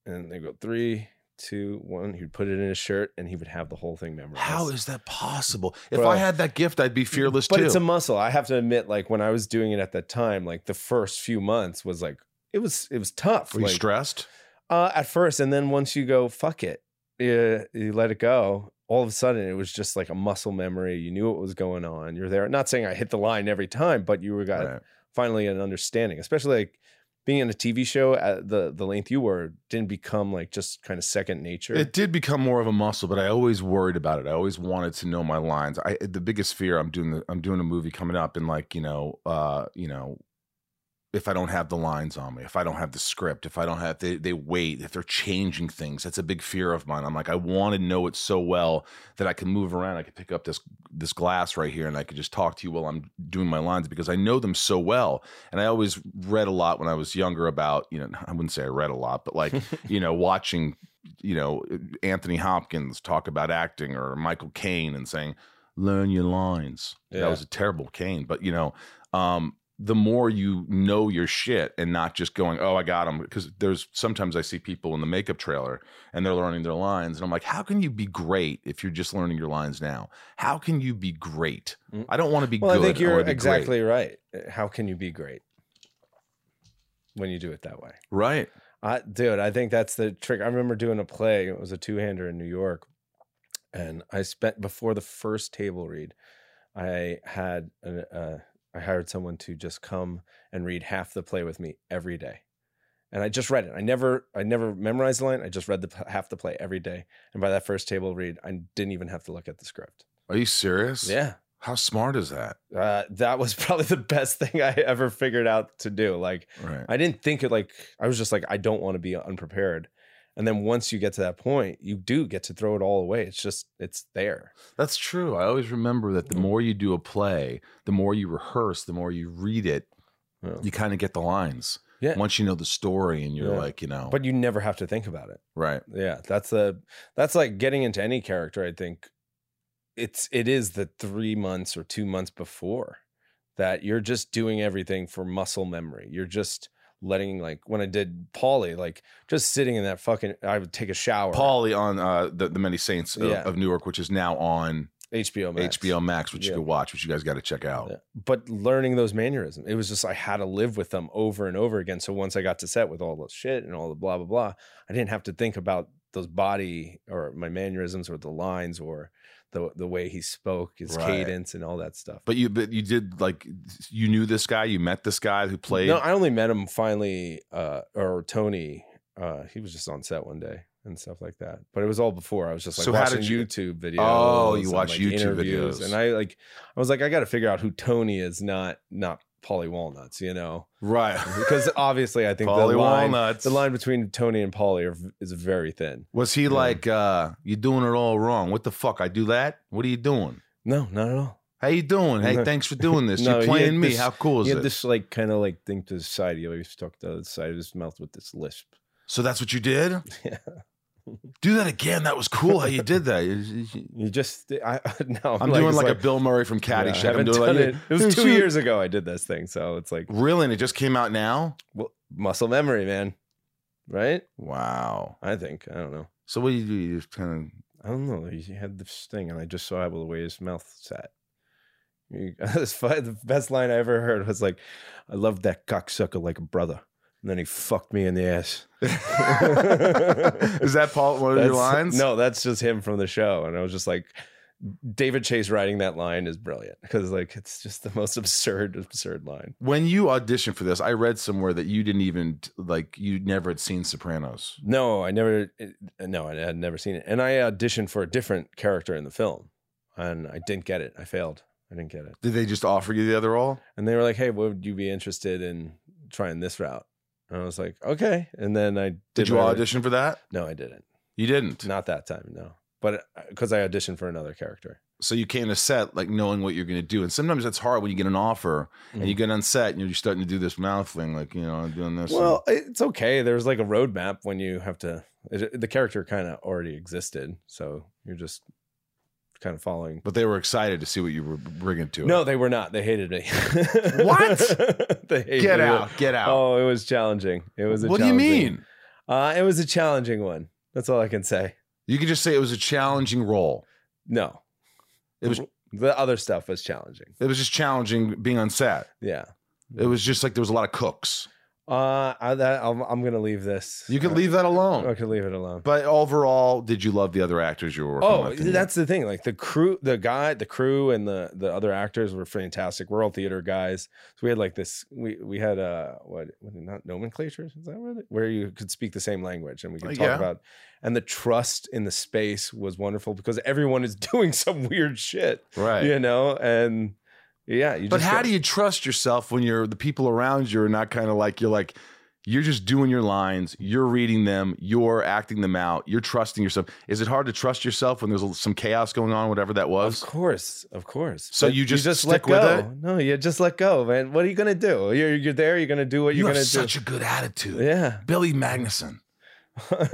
and they go three, two, one. He'd put it in his shirt, and he would have the whole thing memorized. How is that possible? If Bro. I had that gift, I'd be fearless But too. it's a muscle. I have to admit, like when I was doing it at that time, like the first few months was like it was it was tough. Were you like, stressed? uh, at first, and then once you go fuck it, you, you let it go. All of a sudden, it was just like a muscle memory. You knew what was going on. You're there. Not saying I hit the line every time, but you were got Right. finally an understanding, especially like being in a TV show at the the length you were didn't become like just kind of second nature. It did become more of a muscle, but I always worried about it. I always wanted to know my lines. I the biggest fear I'm doing the, I'm doing a movie coming up, and like you know, uh, you know, if I don't have the lines on me, if I don't have the script, if I don't have they they wait, if they're changing things, that's a big fear of mine. I'm like, I want to know it so well that I can move around. I can pick up this this glass right here, and I could just talk to you while I'm doing my lines because I know them so well. And I always read a lot when I was younger about you know I wouldn't say I read a lot, but like you know watching you know Anthony Hopkins talk about acting or Michael Caine and saying learn your lines. Yeah. That was a terrible Caine, but you know. Um, the more you know your shit and not just going, oh, I got them. Because there's sometimes I see people in the makeup trailer and they're learning their lines. And I'm like, how can you be great if you're just learning your lines now? How can you be great? Mm. I don't want to be well, good. I think wanna you're be exactly right. How can you be great when you do it that way? great. right. I, dude, I think that's the trick. I remember doing a play. It was a two-hander in New York, and I spent before the first table read. I had an, uh, I hired someone to just come and read half the play with me every day, and I just read it. I never, I never memorized the line. I just read the p- half the play every day, and by that first table read, I didn't even have to look at the script. Are you serious? Yeah, How smart is that? Uh, that was probably the best thing I ever figured out to do. Like, Right. I didn't think it like I was just like I don't want to be unprepared. And then once you get to that point, you do get to throw it all away. It's just it's there. That's true. I always remember that the more you do a play, the more you rehearse, the more you read it, Yeah. you kind of get the lines. Yeah. Once you know the story and you're Yeah. like, you know, But you never have to think about it. right. Yeah, that's a that's like getting into any character, I think. It's it is the 3 months or 2 months before that you're just doing everything for muscle memory. You're just letting like when I did Polly, like just sitting in that fucking I would take a shower. Paulie on uh, the, the Many Saints of, Yeah. of Newark, which is now on HBO Max. HBO Max, which Yeah. you can watch, which you guys got to check out. Yeah. Uh, But learning those mannerisms, it was just I had to live with them over and over again. So once I got to set with all the shit and all the blah blah blah, I didn't have to think about those body or my mannerisms or the lines or the the way he spoke, his Right. cadence and all that stuff. But you, but you did like, you knew this guy, you met this guy who played. no, I only met him finally, uh, or Tony. Uh, he was just on set one day and stuff like that. But it was all before. I was just like So how watching did you- YouTube videos. Oh, you and, watch like, YouTube interviews. videos. and I like. I was like, I got to figure out who Tony is, not not Polly Walnuts, you know. right. uh, because obviously I think the Paulie line, Walnuts. the line between Tony and Polly are, v- is very thin. Was he like, uh, you doing it all wrong? What the fuck? I do that? What are you doing? No, not at all. How you doing? Hey, No. thanks for doing this. No, You're he playing had me. this- How cool is He had it? this like kind of like thing to the side. He always talked to the side of his mouth with this lisp. so that's what you did? Yeah. Do that again. That was cool how you did that. You just I no. I'm doing it's like, a Bill Murray from yeah, I Caddyshack. I'm haven't doing done like, it. It was Here's two your- years ago I did this thing, so it's like Really? And it just came out now? well, muscle memory, man. Right? Wow. I think I don't know. So what do you do? You just kind I don't know. He had this thing, and I just saw the way his mouth sat. He- This fi- the best line I ever heard was like, "I loved that cocksucker like a brother," and then he fucked me in the ass. of. is that Paul? One of your That's- lines? No, that's just him from the show, and I was just like, David Chase writing that line is brilliant because like it's just the most absurd, absurd line. When you auditioned for this, I read somewhere that you didn't even like you never had seen Sopranos. No, I never. it- No, I had never seen it, and I auditioned for a different character in the film, and I didn't get it. I failed. I didn't get it. Did they just offer you the other role? And they were like, "Hey, would you be interested in trying this route?" And I was like, "Okay." And then I did. Did you my- audition for that? No, I didn't. You didn't. Not that time. No, but because I auditioned for another character. So you came to set like knowing what you're going to do, and sometimes that's hard when you get an offer and you Mm-hmm. get on set and you're starting to do this mouth thing, like you know, I'm doing this. and- Well, it's okay. There's like a roadmap when you have to. It, the character kind of already existed, so you're just kind of following. but they were excited to see what you were bringing to it. No, they were not. They hated me. What? they hated get it. out, get out. Oh, it was challenging. It was. A what do you challenging- mean? Uh, it was a challenging one. That's all I can say. You could just say it was a challenging role. No, It was the other stuff was challenging. it was just challenging being on set. Yeah. It was just like there was a lot of cooks. Uh, I, that, I'm, I'm gonna leave this. You can Uh, leave that alone. I can leave it alone. But overall, did you love the other actors you were working oh, with? that's the thing. Like the crew, the guy, the crew, and the the other actors were fantastic. We're all theater guys, so we had like this. We we had uh what what not nomenclatures is that what it, where you could speak the same language and we Uh, could talk yeah. about. And the trust in the space was wonderful because everyone is doing some weird shit, right. you know. And yeah, you But just how get- do you trust yourself when you're the people around you are not kind of like you're like you're just doing your lines, you're reading them, you're acting them out, you're trusting yourself. Is it hard to trust yourself when there's some chaos going on, whatever that was? Of course, of course. So you just let stick with go. it? No, you just let go, man. What are you gonna do? You're you're there. You're gonna do what you you're have gonna such do. a good attitude, yeah. Billy Magnuson.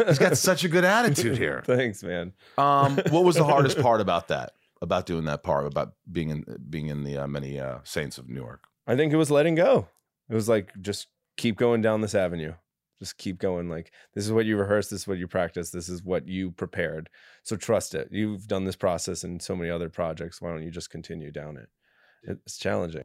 He's got such a good attitude here. Thanks, man. Um, what was the hardest part about that? About doing that part? About being in being in the uh, many uh, Saints of Newark? I think it was letting go. It was like just keep going down this avenue. Just keep going. Like this is what you rehearsed. This is what you practiced. This is what you prepared. So trust it. You've done this process and so many other projects. Why don't you just continue down it? It's challenging.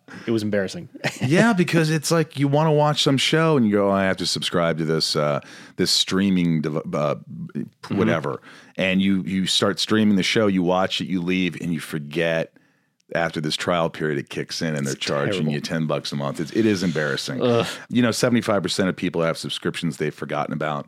it was embarrassing. yeah, because it's like you want to watch some show and you go, "Oh, I have to subscribe to this uh, this streaming dev- uh, whatever, and you you start streaming the show, you watch it, you leave, and you forget. After this trial period, it kicks in, and they're charging you ten bucks a month. It's, it is embarrassing. You know, seventy five percent of people have subscriptions they've forgotten about.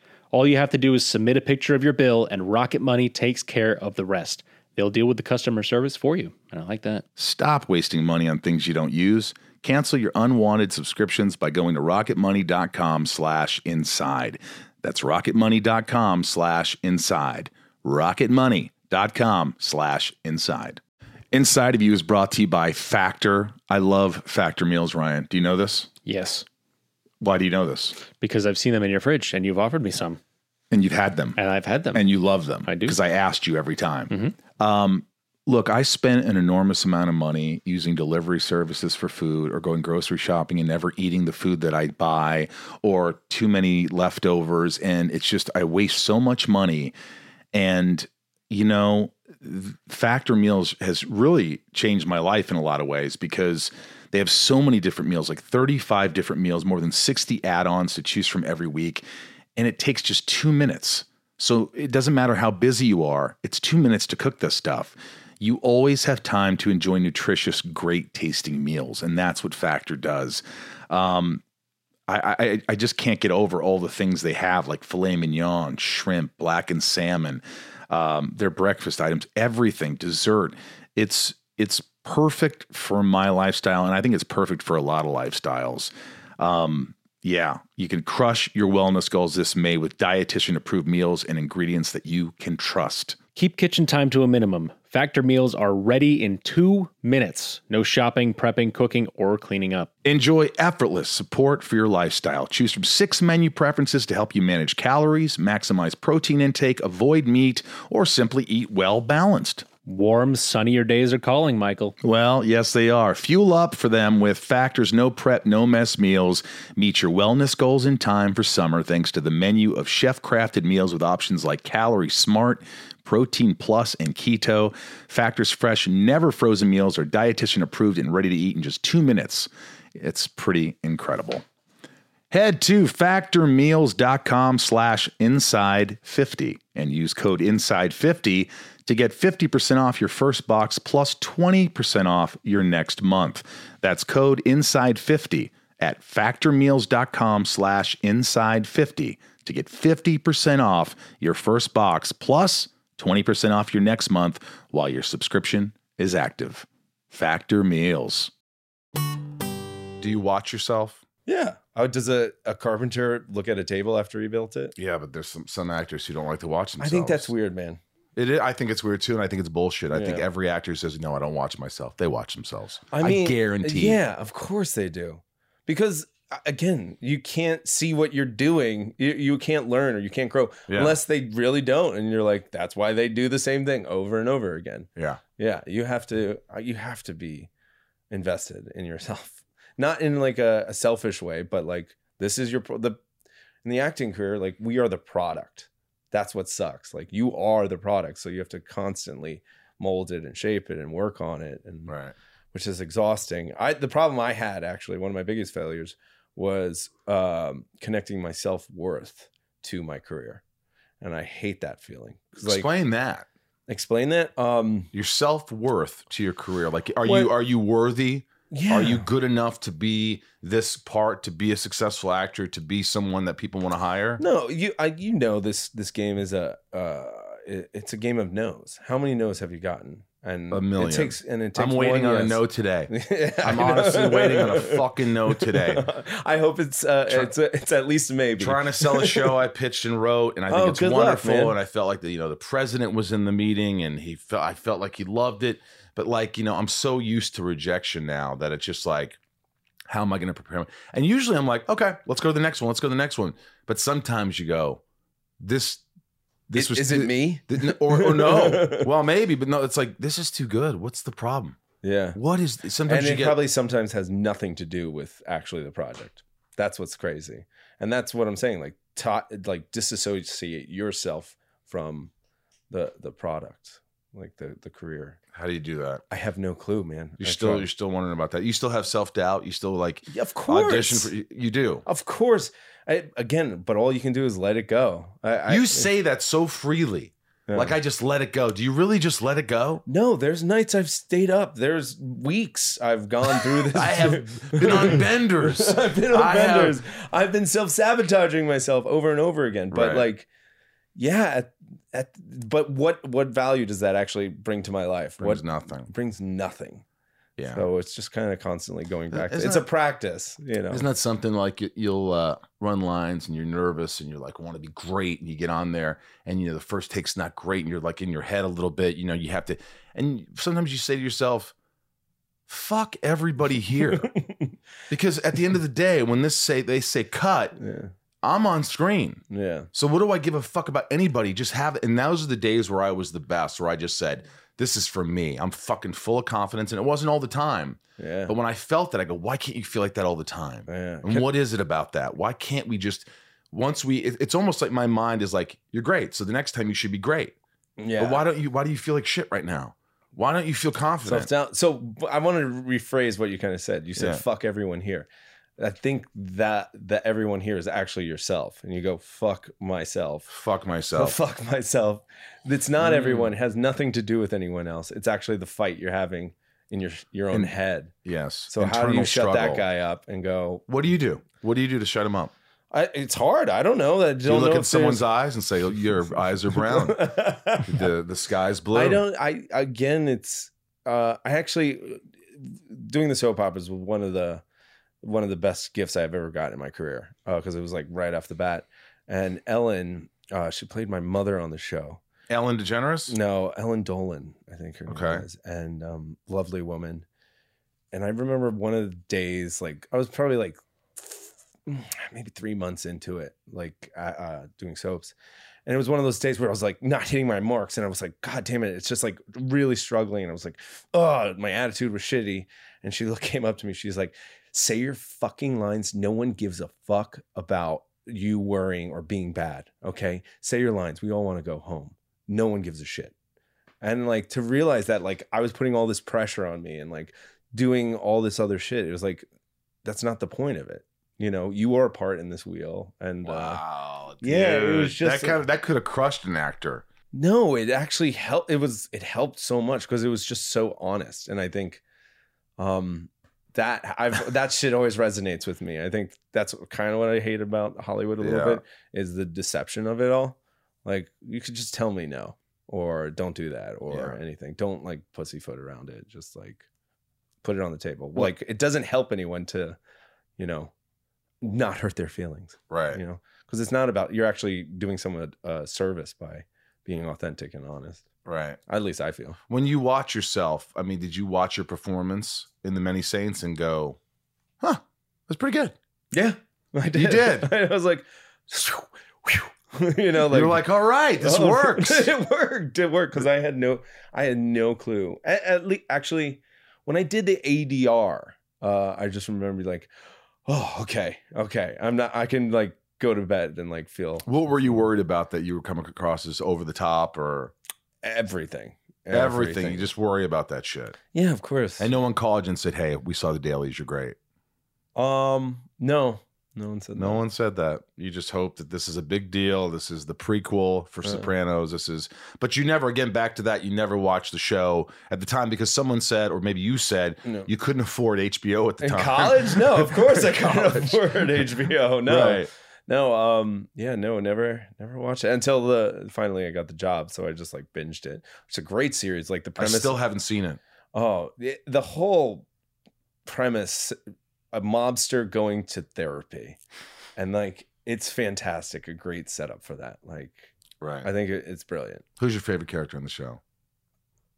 All you have to do is submit a picture of your bill, and Rocket Money takes care of the rest. They'll deal with the customer service for you. And I like that. Stop wasting money on things you don't use. Cancel your unwanted subscriptions by going to rocketmoney.com slash inside. That's rocketmoney.com slash inside. Rocketmoney.com slash inside. Inside of You is brought to you by Factor. I love Factor meals, Ryan. Do you know this? Yes. Why do you know this? Because I've seen them in your fridge and you've offered me some, And you've had them. and I've had them. and you love them. I do. Mm-hmm. because I asked you every time. Um, look, I spent an enormous amount of money using delivery services for food, or going grocery shopping and never eating the food that I buy, or too many leftovers, and it's just I waste so much money. And you know, th- Factor Meals has really changed my life in a lot of ways because they have so many different meals, like 35 different meals, more than 60 add ons to choose from every week. And it takes just two minutes. So it doesn't matter how busy you are, it's two minutes to cook this stuff. You always have time to enjoy nutritious, great tasting meals. And that's what Factor does. Um, I, I I just can't get over all the things they have, like filet mignon, shrimp, blackened salmon, um, their breakfast items, everything, dessert. It's it's perfect for my lifestyle, and I think it's perfect for a lot of lifestyles. Um, yeah, you can crush your wellness goals this May with dietitian approved meals and ingredients that you can trust. Keep kitchen time to a minimum. Factor meals are ready in two minutes. No shopping, prepping, cooking, or cleaning up. Enjoy effortless support for your lifestyle. Choose from six menu preferences to help you manage calories, maximize protein intake, avoid meat, or simply eat well balanced. Warm, sunnier days are calling, Michael. Well, yes, they are. Fuel up for them with Factor's no prep, no mess meals. Meet your wellness goals in time for summer thanks to the menu of chef crafted meals with options like Calorie Smart, Protein Plus, and Keto. Factor's fresh, never frozen meals are dietitian approved and ready to eat in just two minutes. It's pretty incredible. Head to factormeals.com slash inside50 and use code inside50 to get 50% off your first box plus 20% off your next month. That's code inside50 at factormeals.com slash inside50 to get 50% off your first box plus 20% off your next month while your subscription is active. Factor Meals. Do you watch yourself? Yeah. Oh, does a, a carpenter look at a table after he built it? Yeah, but there's some some actors who don't like to watch I themselves. think that's weird, man. It is, I think it's weird too, and I think it's bullshit. I think Yeah. every actor says, "No, I don't watch myself." They watch themselves. I mean, guarantee. Yeah, of course they do. Because uh, again, you can't see what you're doing. You, you can't learn or you can't grow Yeah. unless they really don't. And you're like, that's why they do the same thing over and over again. Yeah. Yeah, you have to. uh, You have to be invested in yourself, not in like a, a selfish way, but like this is your pro- the in the acting career. Like we are the product. That's what sucks. Like you are the product, so you have to constantly mold it and shape it and work on it and Right. which is exhausting. I the problem I had actually one of my biggest failures was um, connecting my self worth to my career, and I hate that feeling. 'Cause, Like, Explain that. explain that. Um, Your self worth to your career. Like, are What- you are you worthy Yeah. Are you good enough to be this part, to be a successful actor, to be someone that people want to hire? No, you I you know this this game is a uh it- it's a game of no's. How many no's have you gotten? And A million. It takes and it takes I'm waiting one on a yes. no today. Yeah, I I'm know. honestly waiting on a fucking no today. I hope it's uh Try- it's it's at least maybe. Trying to sell a show I pitched and wrote, and I think Oh, it's good luck, wonderful. man. and I felt like the you know the president was in the meeting, and he felt I felt like he loved it. But like you know, I'm so used to rejection now that it's just like, how am I going to prepare? And usually I'm like, okay, let's go to the next one. Let's go to the next one. But sometimes you go, this this Is- was is it me? th- or, or no? well, maybe, but no. It's like this is too good. What's the problem? Yeah. What is sometimes And you it get probably sometimes has nothing to do with actually the project. That's what's crazy. And that's what I'm saying like ta- like disassociate yourself from the the product, like the the career. how do you do that? I have no clue, man. You're I still tried. you're still wondering about that. You still have self doubt. You still like Yeah, of course. audition for you, you do. Of course. I, again, but all you can do is let it go. I, I, you say that so freely. Yeah. Like I just let it go. Do you really just let it go? no. There's nights I've stayed up. There's weeks I've gone through this. I have been on benders. I've been on I have- benders. I've been self sabotaging myself over and over again. But Right. like, yeah. At, at, but what what value does that actually bring to my life? Brings what nothing. brings nothing. Yeah. So it's just kind of constantly going back. to Isn't It's that- a practice, you know. Isn't that something like you- you'll uh, run lines and you're nervous and you're like want to be great and you get on there and you know the first take's not great and you're like in your head a little bit you know you have to and sometimes you say to yourself fuck everybody here because at the end of the day when this say they say cut yeah. I'm on screen Yeah. so what do I give a fuck about anybody just have it and those are the days where I was the best where I just said this is for me I'm fucking full of confidence and it wasn't all the time Yeah. but when I felt that I go why can't you feel like that all the time Yeah. and what is it about that? Why can't we just once we? It, it's almost like my mind is like, "You're great, so the next time you should be great." Yeah. But why don't you? Why do you feel like shit right now? Why don't you feel confident? Self doubt. So b- I want to rephrase what you kind of said. You said Yeah. "fuck everyone here." I think that that everyone here is actually yourself, and you go "fuck myself." Fuck Go myself. fuck myself. It's not Mm. everyone. It has nothing to do with anyone else. It's actually the fight you're having in your your own In- head. Yes. So how do Internal you shut that struggle. guy up and go? What do you do? What do you do to shut him up? I, it's hard. I don't know. I don't Do you look know at if someone's eyes and say, "Your eyes are there's- brown. the the sky's blue." I don't. I again, it's. Uh, I actually doing the soap operas was one of the one of the best gifts I've ever gotten in my career because it was like right off the bat. And Ellen, uh, she played my mother on the show. Ellen DeGeneres. No, Ellen Dolan, I think her Okay. name is, and um, lovely woman. And I remember one of the days, like I was probably like maybe three months into it, like uh, uh, doing soaps, and it was one of those days where I was like not hitting my marks, and I was like, God damn it, it's just like really struggling, and I was like, oh, my attitude was shitty. And she look- came up to me, she's like, say your fucking lines. No one gives a fuck about you worrying or being bad. Okay, say your lines. We all want to go home. No one gives a shit. And like to realize that, like I was putting all this pressure on me and like doing all this other shit. It was like that's not the point of it. You know, you are a part in this wheel, and uh, Wow. yeah, it was dude. just- that kind of that could have crushed an actor. No, it actually helped. It was it helped so much because it was just so honest, and I think, um, that I've that shit always resonates with me. I think that's kind of what I hate about Hollywood a little Yeah. bit is the deception of it all. Like you could just tell me no, or don't do that, or Yeah. anything. Don't like pussyfoot around it. Just like put it on the table. Like it doesn't help anyone to, you know, not hurt their feelings Right. you know because it's not about you're actually doing someone a a service by being authentic and honest Right. at least i feel when you watch yourself, I mean, did you watch your performance in The Many Saints and go, huh, that's pretty good? yeah i did You did. i was like you know like You're like, all right, this oh, works. it worked it worked because i had no i had no clue at, at least actually when i did the adr uh i just remembered like oh okay okay i'm not i can like go to bed and like feel what were you worried about that you were coming across as over the top or everything everything? You just worry about that shit. yeah of course And no one called you and said, hey, we saw the dailies, you're great. Um, no, No one said No one said that. You just hope that this is a big deal. This is the prequel for Sopranos. This is, but you never again back to that. You never watched the show at the time because someone said, or maybe you said, No. you couldn't afford HBO at the In time. college? No, of course I couldn't College. afford HBO. No. Right. No, um, yeah, no, never, never watched it until the finally I got the job, so I just like binged it. It's a great series, like the I premise. still haven't seen it. oh, the, the whole premise: a mobster going to therapy, and like it's fantastic. A great setup for that. Like Right. I think it, it's brilliant. Who's your favorite character on the show?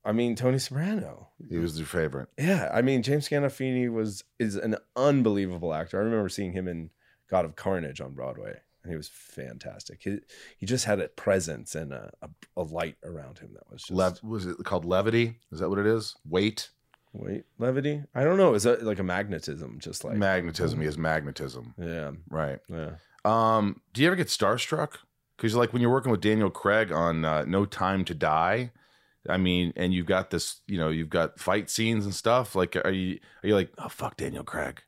I mean, Tony Soprano. He was your favorite. Yeah, I mean James Gandolfini was is an unbelievable actor. I remember seeing him in God of Carnage on Broadway, and he was fantastic. He he just had a presence and a, a, a light around him that was just Lev- was it called Levity? Is that what it is? Weight? wait levity. I don't know. Is that like a magnetism? Just like magnetism. He has magnetism. yeah, Right. yeah. Um, do you ever get starstruck? Because like when you're working with Daniel Craig on uh, No Time to Die, I mean, and you've got this, you know, you've got fight scenes and stuff. Like, are you are you like, oh fuck, Daniel Craig?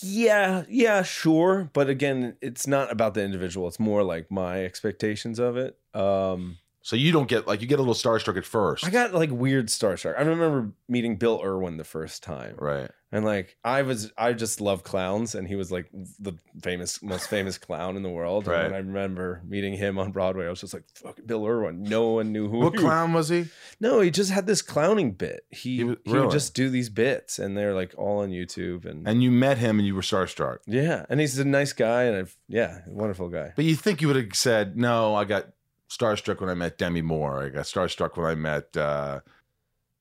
Yeah, yeah, sure, but again, it's not about the individual. It's more like my expectations of it. Um So you don't get like you get a little starstruck at first. I got like weird starstruck. I remember meeting Bill Irwin the first time. right. And like I was, I just love clowns, and he was like the famous, most famous clown in the world. Right. And I remember meeting him on Broadway. I was just like, "Fuck, Bill Irwin." No one knew who. What he clown was he? No, he just had this clowning bit. He He he, was- would really? just do these bits, and they're like all on YouTube. And, And you met him and you were starstruck. yeah, and he's a nice guy, and I've, yeah, wonderful guy. But you think you would have said, no, I got starstruck when I met Demi Moore. I got starstruck when I met. uh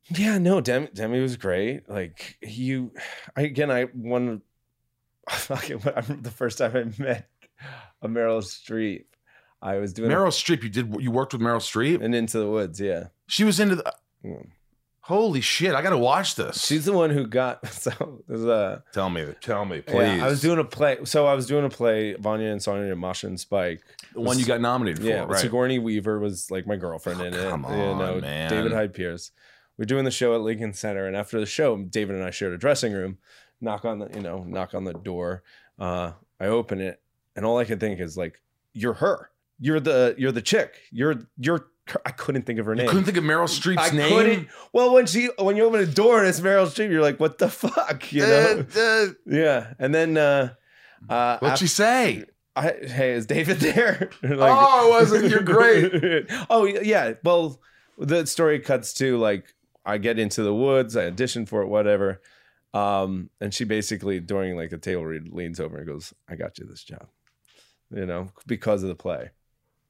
Yeah, no, Demi, Demi was great. Like you, I, again, I one, fucking, I remember the first time I met a Meryl Streep. I was doing a- Meryl Streep. You did. You worked with Meryl Streep. and Into the Woods. Yeah, She was into the. Yeah. Holy shit! I gotta watch this. she's the one who got. So there's a. Tell me, tell me, please. yeah, I was doing a play. So I was doing a play, Vanya and Sonia and Masha and Spike. the one you got nominated for, Yeah, right? Oh, Sigourney Weaver was like my girlfriend in it. come you know, on, man. David Hyde Pierce. We're doing the show at Lincoln Center, and after the show, David and I shared a dressing room. Knock on the, you know, knock on the door. Uh, I open it, and all I could think is like, "You're her. You're the. You're the chick. You're. You're." I couldn't think of her You name. couldn't think of Meryl Streep's I name. couldn't. Well, when she when you open a door and it's Meryl Streep, you're like, what the fuck, you know? Uh, uh, yeah. And then uh, uh, what'd af- she say? I, hey, is David there? Like- Oh, it wasn't. You're great. oh yeah. Well, the story cuts to like I get into the woods, I audition for it, whatever. Um, and she basically during like a table read leans over and goes, "I got you this job," you know, because of the play.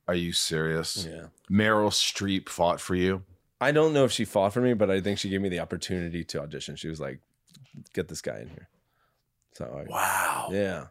Are you serious? Yeah. Meryl Streep fought for you. I don't know if she fought for me, but I think she gave me the opportunity to audition. She was like, "Get this guy in here." So I, Wow. yeah,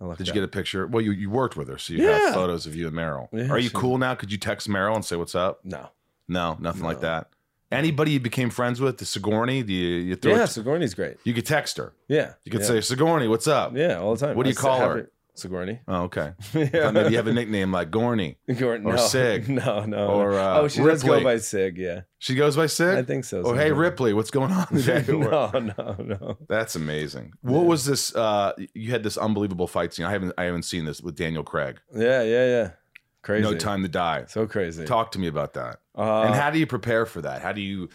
I lucked Did you out. get a picture? Well, you, you worked with her, so you Yeah. have photos of you and Meryl. Yeah, Are you sure. cool now? Could you text Meryl and say what's up? no? No, nothing like No. that. Anybody you became friends with, the Sigourney, do you, you throw Yeah, a- Sigourney's great. you could text her. Yeah, You could yeah. say, Sigourney, what's up? yeah all the time. What do you s- call have her? Sigourney. Oh, okay. I yeah, thought maybe you have a nickname like Gorney. Sigourney. or no. Sig. No, no. Or, no. uh, oh, she does go Ripley. by Sig. Yeah, She goes by Sig? I think so. Oh, hey, sometimes. Ripley, what's going on today? no, no, no. That's amazing. What was this? Uh, you had this unbelievable fight scene. I haven't, I haven't seen this with Daniel Craig. Yeah, yeah, yeah. Crazy. No time to die. So crazy. Talk to me about that. Uh, and how do you prepare for that? How do you?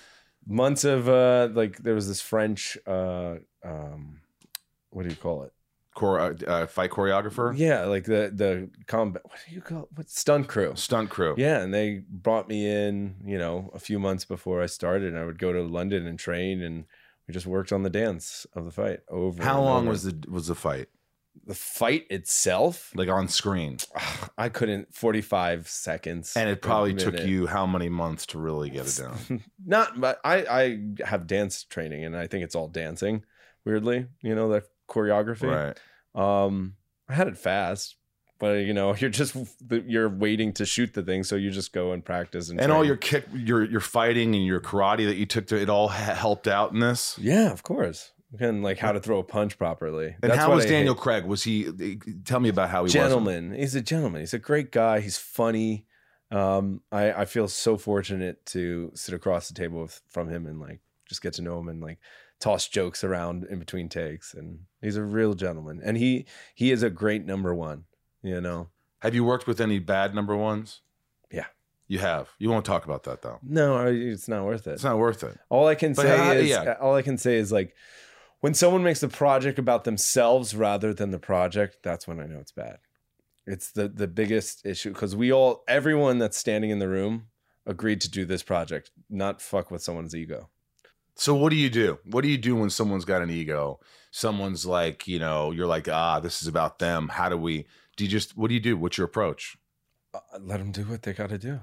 months of uh like there was this french uh um what do you call it Chore- uh, fight choreographer, yeah like the the combat what do you call what stunt crew stunt crew. yeah and they brought me in you know a few months before i started and i would go to london and train and we just worked on the dance of the fight over How and long over. was the was the fight? the fight itself Like on screen, Ugh, i couldn't 45 seconds and it probably a took minute. you how many months to really get it down? not but i i have dance training and i think it's all dancing weirdly you know the choreography right. Um, I had it fast, but you know, you're just you're waiting to shoot the thing, so you just go and practice and And all train. your kick, your your fighting and your karate that you took to it all ha- helped out in this. yeah, of course, and like how to throw a punch properly. And That's how what was I Daniel hate. Craig? Was he? Tell me about how he was. gentleman? He's a gentleman. He's a great guy. He's funny. Um, I I feel so fortunate to sit across the table with, from him and like just get to know him and like toss jokes around in between takes, and he's a real gentleman. And he he is a great number one. You know, Have you worked with any bad number ones? Yeah. You have. You won't talk about that though. no, I- it's not worth it. It's not worth it. All I can But say how- is yeah. all I can say is like when someone makes a project about themselves rather than the project, that's when I know it's bad. It's the the biggest issue because we all everyone that's standing in the room agreed to do this project, not fuck with someone's ego. So what do you do? What do you do when someone's got an ego? Someone's like, you know, you're like, ah, this is about them. How do we? Do you just? What do you do? What's your approach? Uh, let them do what they got to do,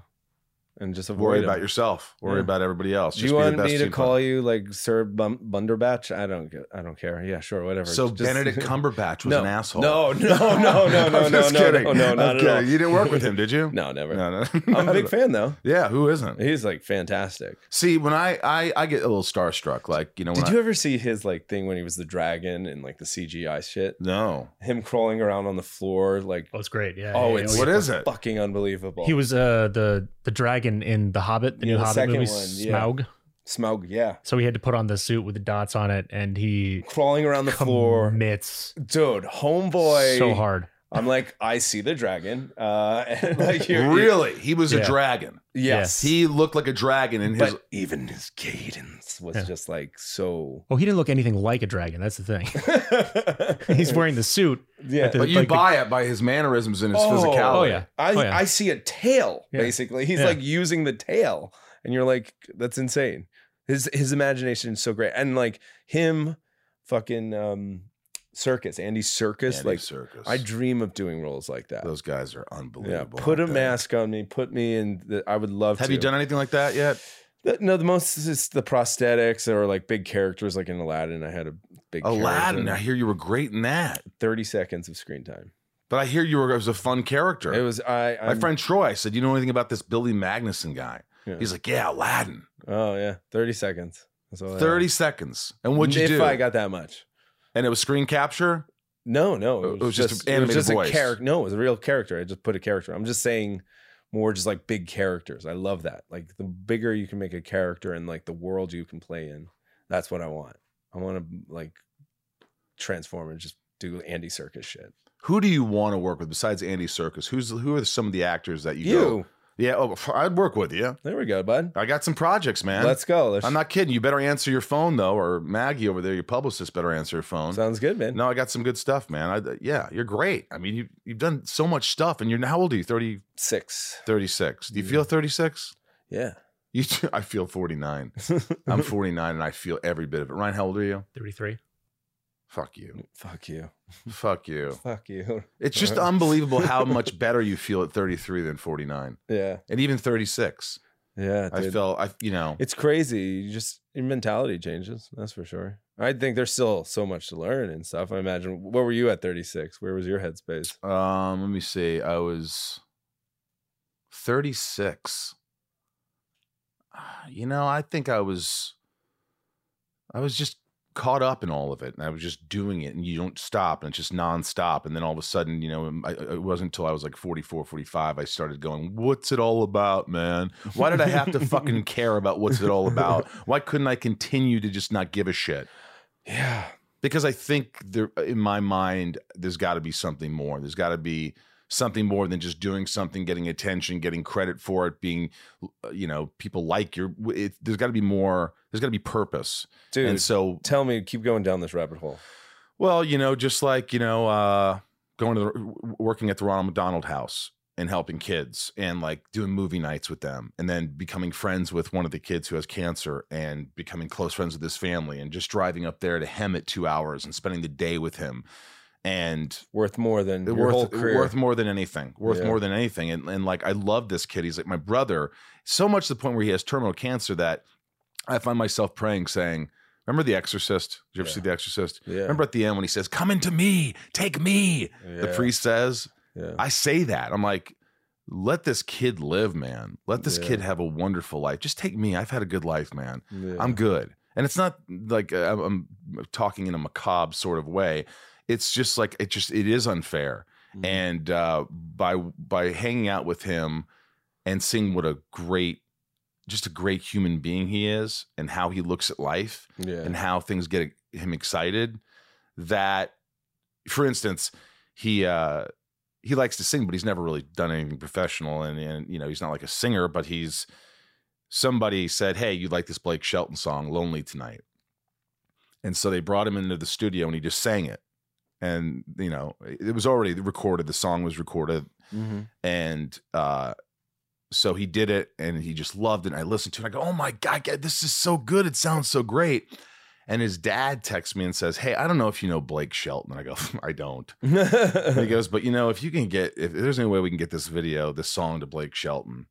and just avoid Worry them. about yourself. Worry Yeah. about everybody else. Do you be the want best me to team call player. you like Sir Bum- Bunderbatch? I don't get. I don't care. Yeah, sure, whatever. So Just- Benedict Cumberbatch was no, an asshole. No, no, no, no, no, no, I'm just no, kidding. no, no, I'm not at kidding. all. You didn't work with him, did you? No, never. no, no. I'm a big fan though. Yeah, who isn't? He's like fantastic. See, when I I, I get a little starstruck, like you know, when Did I, you ever see his like thing when he was the dragon and like the CGI shit? no, Him crawling around on the floor, like Oh, it's great. Yeah. Oh, yeah, it's- yeah. what is it? fucking unbelievable. He was uh, the the dragon in the Hobbit, the Yeah, new the Hobbit second movie, one, yeah. Smaug. Smaug, yeah, So he had to put on the suit with the dots on it, and he crawling around the floor, commits dude. Homeboy, so hard. I'm like, I see the dragon. Uh, and like you're, Really, he was a Yeah. dragon. yes. He looked like a dragon in his. but even his cadence was Yeah. just like so. Well, he didn't look anything like a dragon. That's the thing. He's wearing the suit. yeah. the- But you like the- buy it by his mannerisms and his Oh. physicality. Oh yeah. I, Oh, yeah. I see a tail Yeah. basically. He's Yeah. like using the tail, and you're like, that's insane. His his imagination is so great, and like him, fucking um, circus Andy Circus. Andy like circus. I dream of doing roles like that. Those guys are yeah, unbelievable. put a aren't they? mask on me. Put me in. The, I would love. Have to. you done anything like that yet? The- no, the most is the prosthetics or like big characters, like in Aladdin. I had a big Aladdin. I character. hear you were great in that, Thirty seconds of screen time. but I hear you were it was a fun character. It was I. My I'm- friend Troy said, "You know anything about this Billy Magnuson guy?" Yeah. He's like, "Yeah, Aladdin." Oh yeah, thirty seconds. That's all I had. Thirty seconds. And what'd you Oh, if do? I got that much. and it was screen capture. No, no, It was just an it was animated just voice. a character. No, it was a real character. I just put a character. I'm just saying more just like big characters. I love that. Like the bigger you can make a character and like the world you can play in, that's what I want. I want to like transform and just do Andy Circus shit. Who do you want to work with besides Andy Circus? Who's who are some of the actors that you? You, go- yeah. Oh, f- I'd work with you. there we go, bud. I got some projects, man. Let's go. Let's, I'm not kidding. You better answer your phone though, or Maggie over there, your publicist, better answer her phone. Sounds good, man. no, I got some good stuff, man. I, yeah, you're great. I mean, you you've done so much stuff, and you're now how old are you? 30, Six. 36. Do you Yeah. feel 36? Yeah. You, I feel 49. I'm 49, and I feel every bit of it. Ryan, how old are you? Thirty three. Fuck you. Fuck you. Fuck you. Fuck you. It's just unbelievable how much better you feel at 33 than 49, Yeah. and even 36. Yeah. I dude. felt I, you know, It's crazy. You just your mentality changes. That's for sure. I think there's still so much to learn and stuff. I imagine. Where were you at 36? Where was your headspace? um, let me see. I was 36. Ah, You know, I think I was, I was just caught up in all of it, and I was just doing it, and you don't stop, and it's just nonstop. And then all of a sudden, you know, I, it wasn't until I was like 44, 45, I started going, "What's it all about, man? Why did I have to fucking care about what's it all about? Why couldn't I continue to just not give a shit?" Yeah. because I think there uh, in my mind there's got to be something more. There's got to be something more than just doing something, getting attention, getting credit for it, being uh, you know people like your. It, there's got to be more. There's got to be purpose. Dude, And so, tell me, keep going down this rabbit hole. well, you know, just like you know, uh, going to the, w- working at the Ronald McDonald House and helping kids and like doing movie nights with them and then becoming friends with one of the kids who has cancer and becoming close friends with his family and just driving up there to Hemet two hours and spending the day with him and Worth more than your worth, whole career. worth more than anything worth Yeah. more than anything and, and like i love this kid he's like my brother so much to the point where he has terminal cancer that i find myself praying saying remember the exorcist did you ever Yeah. see the exorcist yeah. remember at the end when he says come into me take me the Yeah. priest says Yeah. i say that i'm like let this kid live man let this Yeah. kid have a wonderful life just take me i've had a good life man Yeah. I'm good. And it's not like uh, I'm I'm talking in a macabre sort of way. It's just like it just it is unfair. Mhm. And uh, by by hanging out with him and seeing what a great just a great human being he is and how he looks at life Yeah. and how things get him excited that for instance he uh he likes to sing but he's never really done anything professional and and you know he's not like a singer but he's somebody said hey you like this blake shelton song lonely tonight and so they brought him into the studio and he just sang it and you know it was already recorded the song was recorded and uh so he did it and he just loved it and i listened to it and i go oh my god God, this is so good it sounds so great and his dad texts me and says hey i don't know if you know blake shelton and i go i don't Mm-hmm. and he goes but you know if you can get if there's any way we can get this video this song to blake shelton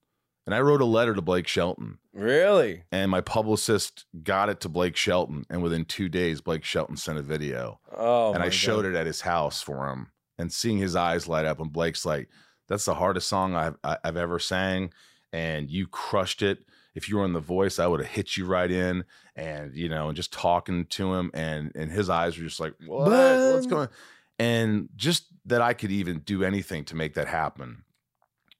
and i wrote a letter to blake shelton really? and my publicist got it to blake shelton and within two days blake shelton sent a video Oh, and I showed it at his house for him. And seeing his eyes light up, and Blake's like, "That's the hardest song I've I- I've ever sang, and you crushed it. If you were on The Voice, I would have hit you right in." And you know, and just talking to him, and and his eyes were just like, "What? What's Bud." going?" And just that I could even do anything to make that happen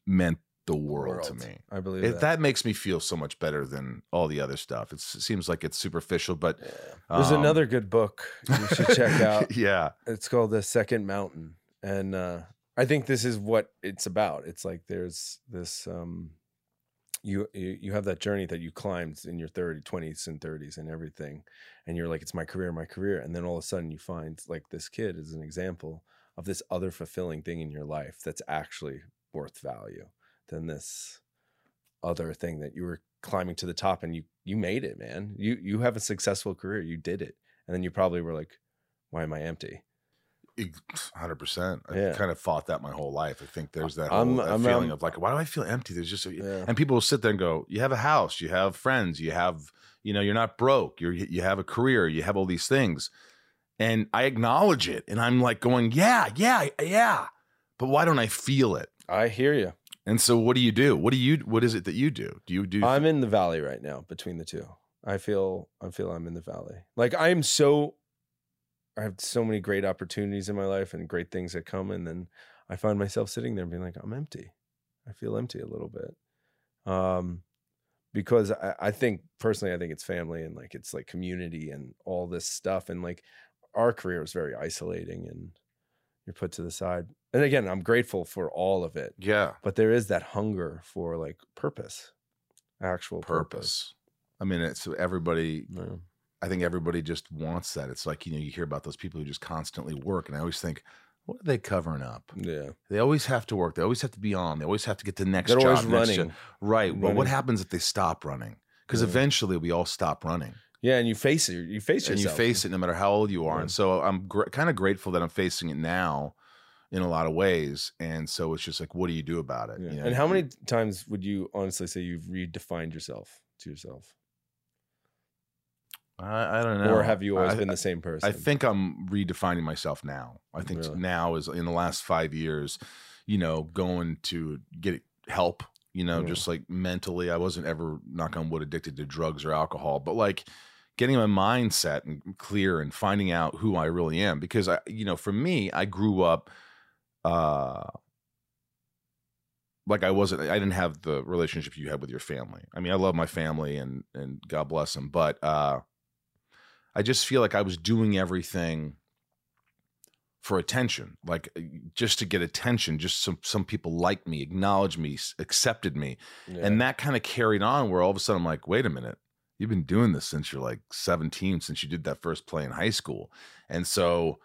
meant the world, to me. I believe It, that makes me feel so much better than all the other stuff. It's, it seems like it's superficial, but There's um, another good book you should check out. yeah, It's called The Second Mountain, and uh, I think this is what it's about. It's like there's this um, you you you have that journey that you climbed in your 30s, 20s, and 30s, and everything, and you're like, it's my career, my career, and then all of a sudden you find like this kid is an example of this other fulfilling thing in your life that's actually worth value than this other thing that you were climbing to the top and you you made it man you you have a successful career you did it and then you probably were like why am i empty hundred percent. I Yeah. have kind of fought that my whole life. I think there's that whole I'm- that I'm- feeling I'm- of like, why do I feel empty? There's just, Yeah. and people will sit there and go, you have a house, you have friends, you have, you know, you're not broke, you're you have a career, you have all these things, and I acknowledge it, and I'm like going, yeah, yeah, yeah, but why don't I feel it? i hear you And so, what do you do? What do you? What is it that you do? Do you do? i'm in the valley right now between the two i feel i feel i'm in the valley like i'm so i have so many great opportunities in my life and great things that come and then i find myself sitting there being like i'm empty i feel empty a little bit um because I, I think personally i think it's family and like it's like community and all this stuff and like our career is very isolating and you're put to the side and again i'm grateful for all of it yeah, but there is that hunger for like purpose actual purpose, purpose. I mean, it's everybody Yeah. I think everybody just wants that. It's like, you know, you hear about those people who just constantly work. And I always think, what are they covering up? yeah They always have to work. They always have to be on. They always have to get the next they're job. always next running job. Right. Well, what Running. happens if they stop running? Because Yeah. eventually we all stop running yeah and you face it you face and you yourself face it no matter how old you are. Yeah. And so I'm gr- kind of grateful that I'm facing it now in a lot of ways. And so it's just like, what do you do about it? Yeah. You know, and how many times would you honestly say you've redefined yourself to yourself I, I don't know. or have you always I- been the same person I think I'm redefining myself now. I think Really? now is in the last five years, you know, going to get help, you know, Yeah. just like mentally. I wasn't ever, knock on wood, addicted to drugs or alcohol, but like getting my mindset and clear and finding out who I really am. Because I, you know, for me, I grew up, uh, like I wasn't, I didn't have the relationship you had with your family. I mean, I love my family and and God bless them, but uh, I just feel like I was doing everything for attention, like uh, just to get attention. Just some some people liked me, acknowledged me, s- accepted me, and that kind of carried on. Where all of a sudden I'm like, wait a minute, you've been doing this since you're like 17, since you did that first play in high school, and so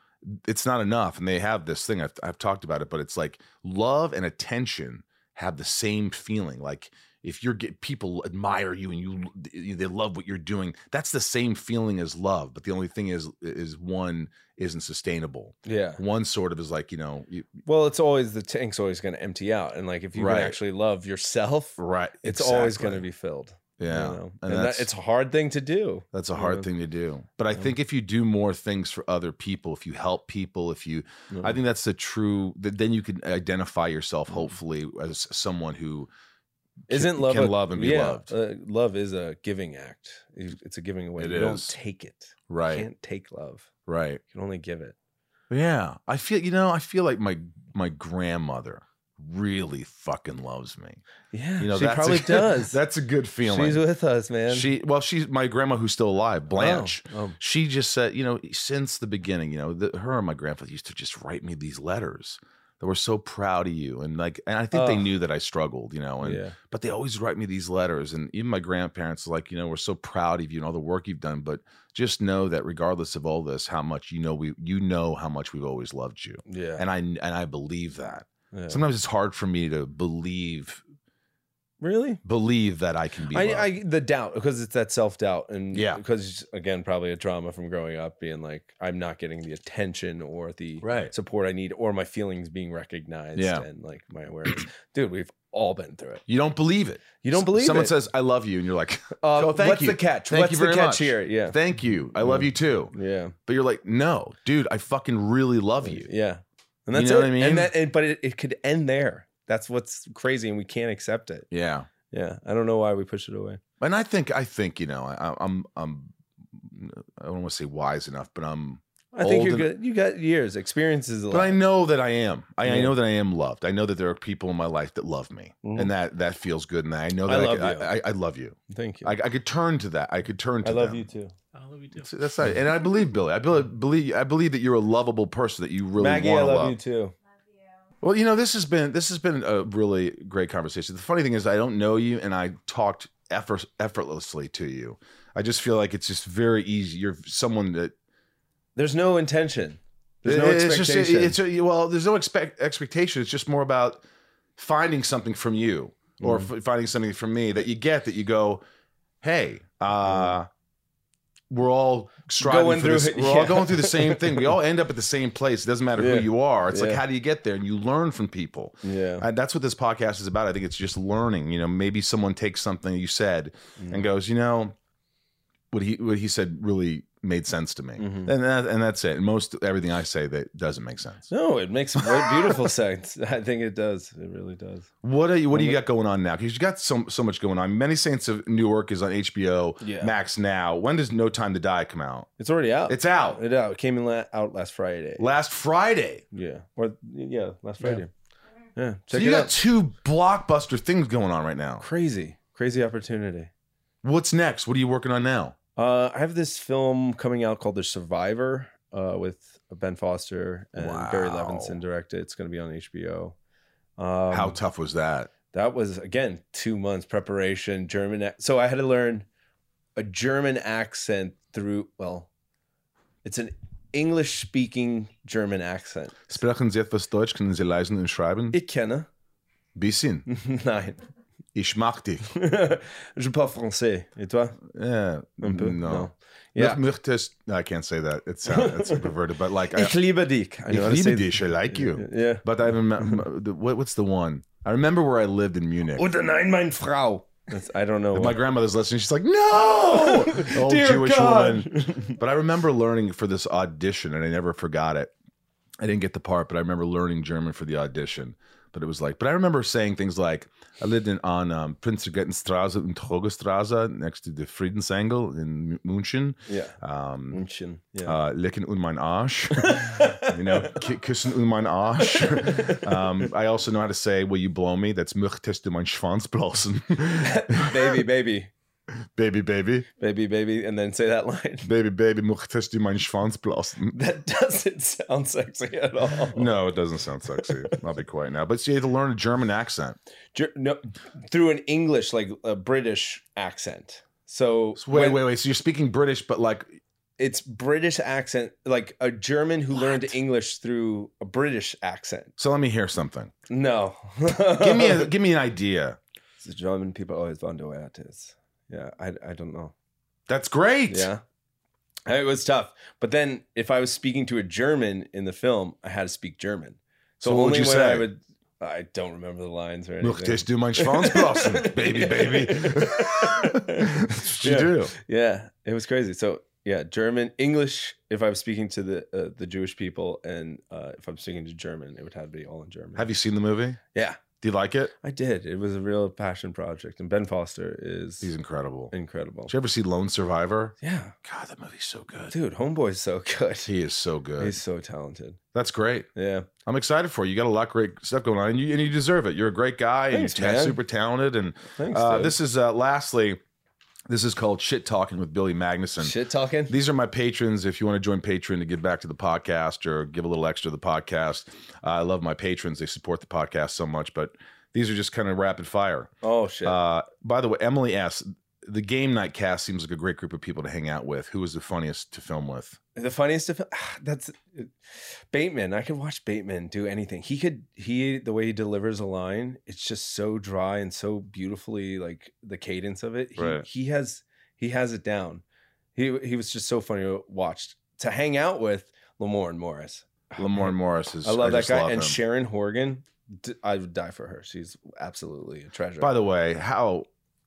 it's not enough. And they have this thing I've, I've talked about it, but it's like love and attention have the same feeling. Like if you're get people admire you and you they love what you're doing, that's the same feeling as love. But the only thing is is one isn't sustainable. yeah One sort of is like you know you, well it's always the tank's always going to empty out and like if you can Right. actually love yourself right. it's always going to be filled you yeah. know? And and, that, that's- it's a hard thing to do That's a you hard know? thing to do. But I Yeah. think if you do more things for other people, if you help people, if you Mm-hmm. I think that's the true. That then you can identify yourself, hopefully, as someone who isn't can- love can a- love and be loved. uh, love is a giving act You- it's a giving away It you don't is. take it you right, can't take love right. you can only give it Yeah, I feel you know. I feel like my my grandmother really fucking loves me. Yeah, You know, she that's a probably good- does. That's a good feeling. She's with us, man. She well, she's my grandma who's still alive, Blanche. Oh, oh. She just said, you know, since the beginning, you know, the, her and my grandfather used to just write me these letters that were so proud of you, and like, and I think they Oh. knew that I struggled, you know, and yeah. but they always write me these letters, and even my grandparents, are like, you know, we're so proud of you and all the work you've done, but just know that regardless of all this, how much you know we, you know, how much we've always loved you, Yeah. and I and I believe that. yeah. Sometimes it's hard for me to believe really? believe that I can be. I, loved. I the doubt because it's that self doubt and Yeah. because again probably a trauma from growing up being like I'm not getting the attention or the Right. support I need or my feelings being recognized Yeah. and like my awareness. Dude, we've all been through it. you don't believe it. You don't believe someone it. says I love you, and you're like, Uh, "Oh, thank what's you. the catch? Thank what's you the very catch much. here? Yeah. thank you, I love Mm. you too." yeah. But you're like, "No, dude, I fucking really love you." Yeah. And You that's know it. what I mean? And that and, but it, it could end there. That's what's crazy and we can't accept it. Yeah, Yeah. I don't know why we push it away. and I think I think you know I, I'm I'm I don't want to say wise enough, but I'm I think Old you're and- good. You got years, experiences. A but I lot. know that I am. I, I Yeah. know that I am loved. I know that there are people in my life that love me, Mhm. and that that feels good. And I know that I Mm-hmm. I, love could- you. I, I, I love you. Thank you. I, I could turn to that. I could turn to. I love them. you too. I love you too. That's- That's not, and I believe Billy. I believe, believe I believe that you're a lovable person that you really Maggie, I want to love, love. you too. Well, you know, this has been this has been a really great conversation. The funny thing is, I don't know you, and I talked effort, effortlessly to you. I just feel like it's just very easy. You're someone that There's no intention. There's no it- it's just expectation. it- it's a, well, there's no expect expectation. It's just more about finding something from you or Mm-hmm. f- finding something from me that you get that you go, hey, uh, we're all striving Mm-hmm. Going for through this. it, We're all yeah. going through the same thing. We all end up at the same place. It doesn't matter Yeah. who you are. It's like Yeah. how do you get there? And you learn from people. yeah. And that's what this podcast is about. I think it's just learning. You know, maybe someone takes something you said Mm-hmm. and goes, you know, what he what he said really made sense to me, Mhm. and that, and that's it. And most everything I say that doesn't make sense. No, it makes great, beautiful sense. I think it does. It really does. What are you, what do you Well, got going on now? Because you got so so much going on. Many Saints of Newark is on HBO Yeah. Uh, Max now. When does No Time to Die come out? It's already out. It's out It out. It came in la- out last Friday. last Friday. yeah. Or yeah, last Yeah. Friday. Yeah. So Check you it got out. two blockbuster things going on right now. crazy, crazy opportunity. What's next? What are you working on now? Uh, I have this film coming out called The Survivor uh, with Ben Foster and Barry Wow. Levinson directed. It's going to be on HBO. Um, How tough was that? that was again two months preparation german ac- so i had to learn a german accent through well it's an english speaking german accent Sprechen Sie etwas Deutsch? Können Sie lesen und schreiben? ich kenne Bisschen. nein Ich mag dich. je parle français et toi Yeah, Un peu? no. yeah Ich möchte- no, I can't say that. It's sound, it's perverted, but like I, ich liebe dich I ich know how to say liebe th- dich. I like you. yeah But I remember the, what, what's the one? I remember where I lived in Munich. oder nein mein frau That's, i don't know If my what- grandmother's listening. She's like, "No, old Dear Oh, Jewish God. woman." But I remember learning for this audition, and I never forgot it. I didn't get the part, but I remember learning German for the audition. But it was like, but I remember saying things like, "I lived in on um, Prinzregentenstraße and Hogestraße next to the Friedensengel in München." yeah Um, München. yeah uh, lecken und mein Arsch. you know, ki- küssen und mein Arsch. um, I also know how to say, will you blow me? That's möchtest du mein Schwanz blasen. ah. baby baby baby, baby. baby baby and then say that line Baby, baby, möchtest du mein Schwanz blasen? that doesn't sound sexy at all No, it doesn't sound sexy. I'll be quiet now. But you have to learn a German accent. Ger- no, through an English like a British accent. So, So wait, when- wait, wait. So you're speaking British, but like, it's British accent like a German who learned English through a British accent. so let me hear something. No, Give me, a, give me an idea. The German people always wonder where it is. Yeah, I I don't know. That's great. Yeah. It was tough, but then if I was speaking to a German in the film, I had to speak German. So So, what would only you when say? I would, I don't remember the lines or anything. Möchtest du mein Schwanz blasen? Baby, baby. That's what you Yeah. do. Yeah, it was crazy. So yeah, German, English. If I was speaking to the uh, the Jewish people, and uh, if I'm speaking to German, it would have to be all in German. Have you seen the movie? yeah, Do you like it? I did. It was a real passion project, and Ben Foster is He's incredible. Did incredible. you ever see Lone Survivor? Yeah, God, that movie's so good. dude, Homeboy's so good. He is so good. He's so talented. That's great. Yeah, I'm excited for you. You got a lot of great stuff going on, and you, and you deserve it. You're a great guy Thanks, and ta- man. super talented. And thanks. uh, dude. this is uh, lastly, this is called Shit Talking with Billy Magnuson. shit talking. These are my patrons. If you want to join Patreon to give back to the podcast or give a little extra to the podcast, uh, I love my patrons. They support the podcast so much, but these are just kind of rapid fire. Oh shit. Uh, by the way, Emily asks, the game night cast seems like a great group of people to hang out with. Who is the funniest to film with? the funniest of ah, that's Bateman. I could watch Bateman do anything. He could he the way he delivers a line, it's just so dry and so beautifully like the cadence of it. He, Right. he has he has it down. He he was just so funny to watch to hang out with Lamorne Morris. Ah, Lamorne Morris is. I love that just guy and him. Sharon Horgan. d- I would die for her. She's absolutely a treasure. By the way, how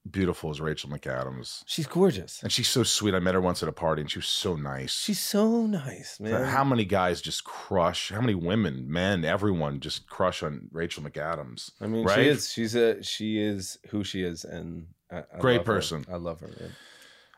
beautiful is Rachel McAdams? she's gorgeous. And she's so sweet. I met her once at a party, and she was so nice. She's so nice, man. How many guys just crush? How many women, men, everyone just crush on Rachel McAdams? I mean, Right? she is. She's a. She is who she is, and I, I Great love her. person. I love her. Man.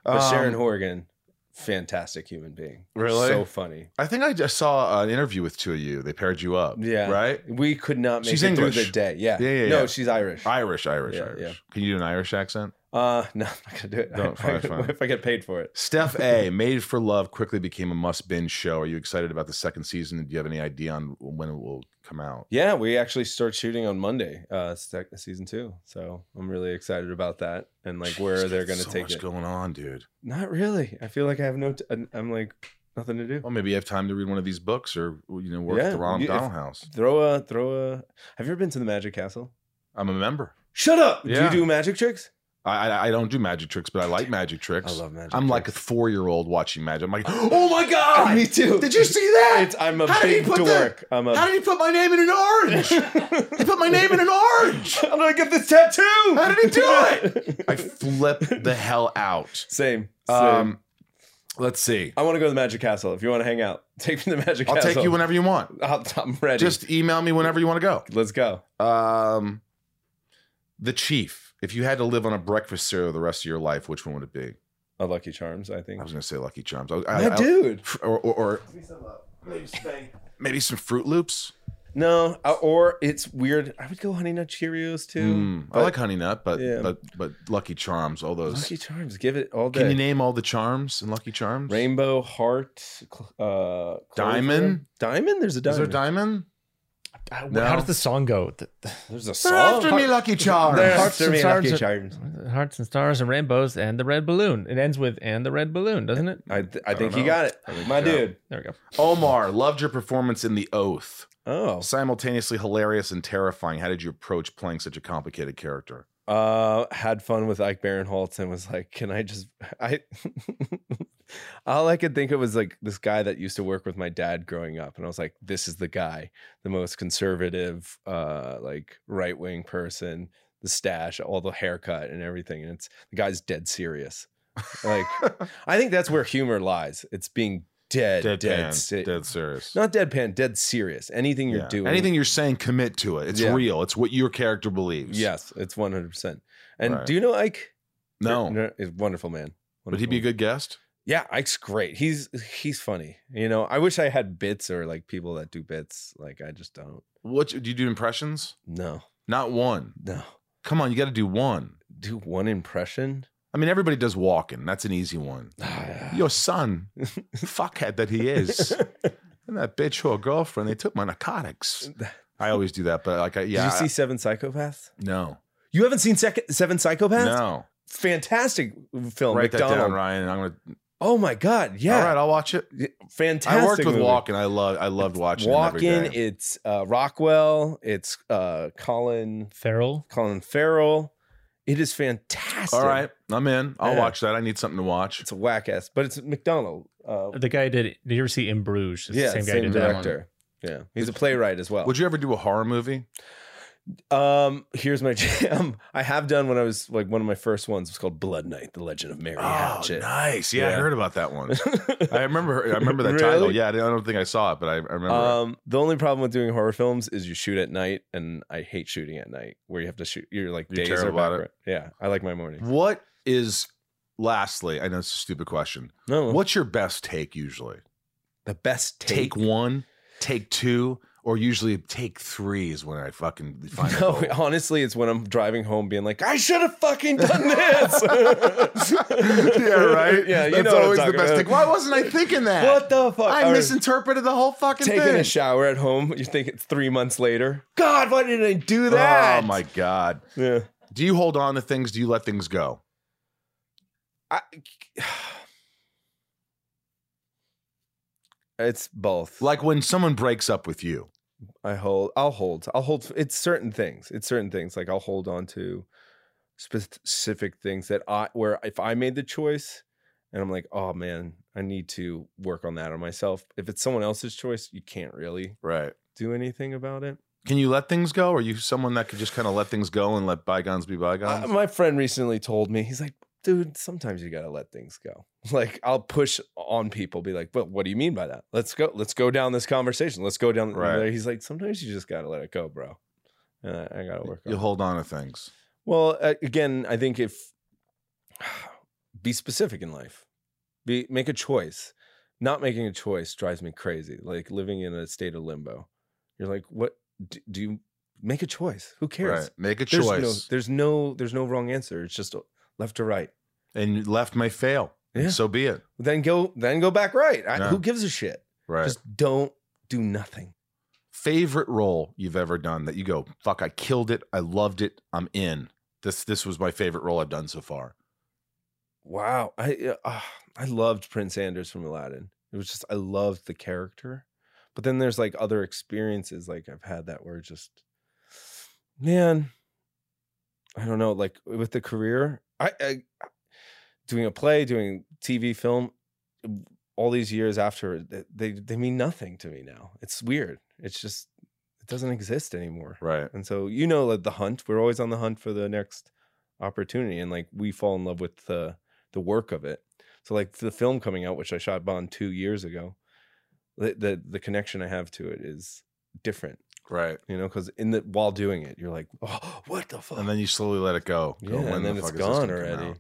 But Sharon Um, Horgan, fantastic human being. Really? so funny. I think I just saw an interview with two of you. They paired you up. Yeah, Right? We could not make She's it through English. the day. Yeah, Yeah, yeah, No, yeah. she's Irish. Irish, Irish, Yeah, Irish. yeah. Can you do an Irish accent? uh, no, I'm not gonna do it. Don't- fine, fine. if I get paid for it. Steph A, Made for Love quickly became a must binge show. Are you excited about the second season? Do you have any idea on when it will come out? Yeah, we actually start shooting on Monday, uh, sec- season two. So I'm really excited about that, and like where Jeez, they're got gonna so take much it. going on, dude. Not really. I feel like I have no. T- I'm like nothing to do. Well, maybe you have time to read one of these books or you know, work at Yeah, the Ronald you- if- McDonald House. Throw a throw a. Have you ever been to the Magic Castle? I'm a member. Shut up! Yeah. Do you do magic tricks? I, I I don't do magic tricks, but I like magic tricks. magic. I'm like a four year old watching magic. I'm like, oh my god, Me too. Did you see that? It's, I'm a How did he big put dork. I'm a. How did he put my name in an orange? he put my name in an orange. How did I get this tattoo? How did he do it? I flip the hell out. same. same. Um, let's see. I want to go to the Magic Castle. If you want to hang out, take me to the Magic I'll Castle. take you whenever you want. I'll, I'm ready. Just email me whenever you want to let's go. go. Um, the Chief. If you had to live on a breakfast cereal the rest of your life, which one would it be? A Lucky Charms, I think. I was going to say Lucky Charms. I, I, That I- dude. or or, or uh, maybe some Fruit Loops. No, I- or it's weird. I would go Honey Nut Cheerios too. Mm, I but like Honey Nut, but yeah. but but Lucky Charms. All those. Lucky Charms. Give it all day. Can you name all the charms in Lucky Charms? Rainbow Heart, cl- uh, Diamond? clover. Diamond. There's a Is there diamond. diamond? How No. does the song go? The- the- There's a song. They're after me, Heart- Lucky Charms. They're Hearts after and me, Lucky stars are- Charms. Hearts and stars and rainbows and the red balloon. It ends with and the red balloon, doesn't it? I, th- I I think don't you know. got it, I think my you got it. dude. There we go. Omar, loved your performance in The Oath. Oh, Simultaneously hilarious and terrifying. How did you approach playing such a complicated character? uh, had fun with Ike Barinholtz and was like, "Can I just I?" All I could think of was like this guy that used to work with my dad growing up, and I was like, "This is the guy, the most conservative, uh, like right wing person, the stash, all the haircut, and everything." And it's the guy's dead serious. Like, I think that's where humor lies. It's being dead, dead, Deadpan, se- dead serious. not deadpan, dead serious. Anything you're Yeah. doing, Anything you're saying, commit to it. It's Yeah. real. It's what your character believes. Yes, it's one hundred percent. And Right. do you know Ike? No. is wonderful man. Would he be a Wonderful. good guest? Yeah, Ike's great. He's he's funny. You know, I wish I had bits or like people that do bits. Like I just don't. What do you do impressions? No, Not one. no. Come on, you got to do one. Do one impression. I mean, everybody does walking. That's an easy one. Your son, fuckhead that he is, and that bitch or girlfriend, they took my narcotics. I always do that, but like, I, yeah, Did you see I- Seven Psychopaths? no, You haven't seen Sec- Seven Psychopaths? no. Fantastic film. Write Oh, McDonald. that down, Ryan. And I'm gonna. Oh my god! Yeah. All right, I'll watch it. Fantastic. I worked with movie. Walken. I love. I loved watching. him every Walken. day. It's uh, Rockwell. It's uh, Colin Feral. Colin Farrell. It is fantastic. All right, I'm in. I'll Yeah. watch that. I need something to watch. It's a whack ass, but it's McDonald. Uh, The guy did. Did you ever see In Bruges? It's yeah, the same, same, guy who did that one. director. Yeah, he's a playwright as well. Would you ever do a horror movie? Um, here's my jam. I have done when I was like one of my first ones was called Blood Knight: The Legend of Mary Oh, Hatchet. nice. Yeah, Yeah. I heard about that one. I remember. I remember that title. Really? Yeah, I don't think I saw it, but I, I remember. it. Um, the only problem with doing horror films is you shoot at night, and I hate shooting at night where you have to shoot. You're like You're days are terrible at it. backward. Yeah, I like my morning. what is? Lastly, I know it's a stupid question. No, What's your best take usually? the best take? Take one, take two, or usually take three is when I fucking find. No, No, honestly, it's when I'm driving home, being like, I should have fucking done this. yeah, right. Yeah, you That's know what I'm always the talking best about. take. Why wasn't I thinking that? What the fuck? I Or misinterpreted the whole fucking Taking thing. a shower at home, you think it's three months later. God, why didn't I do that? Oh my god. Yeah. Do you hold on to things? Do you let things go? I, it's both. Like when someone breaks up with you. I hold. I'll hold. I'll hold. It's certain things. It's certain things. Like I'll hold on to specific things that I where if I made the choice and I'm like, oh man, I need to work on that on myself. If it's someone else's choice, you can't really Right. do anything about it. Can you let things go? Are you someone that could just kind of let things go and let bygones be bygones? Uh, my friend recently told me he's like, dude, sometimes you gotta let things go. Like I'll push on people, be like, well, what do you mean by that? Let's go. Let's go down this conversation. Let's go down. Right. He's like, sometimes you just gotta let it go, bro. And I, I gotta work. on you it. hold on to things. Well, a- again, I think if be specific in life, be make a choice. Not making a choice drives me crazy. Like living in a state of limbo. You're like, what do, do you make a choice? Who cares? Right. Make a There's no, choice. there's no, there's no wrong answer. It's just left to right. and left may fail. Yeah. So be it. Then go, then go back right. I, Yeah. Who gives a shit? Right. Just don't do nothing. Favorite role you've ever done that you go, fuck, I killed it. I loved it. I'm in. This this was my favorite role I've done so far. Wow, I uh, I loved Prince Anders from Aladdin. It was just I loved the character, but then there's like other experiences like I've had that were just, man, I don't know. Like with the career, I, I doing a play, doing TV, film, all these years after th- they they mean nothing to me now. It's weird. It's just it doesn't exist anymore. Right. And so you know like the hunt. We're always on the hunt for the next opportunity. And like we fall in love with the the work of it. So like the film coming out, which I shot Bond two years ago, the the, the connection I have to it is different, Right. you know, because in the while doing it, you're like, oh, what the fuck? And then you slowly let it go. Go, yeah, when and the then it's fuck is this gone gonna come already. out?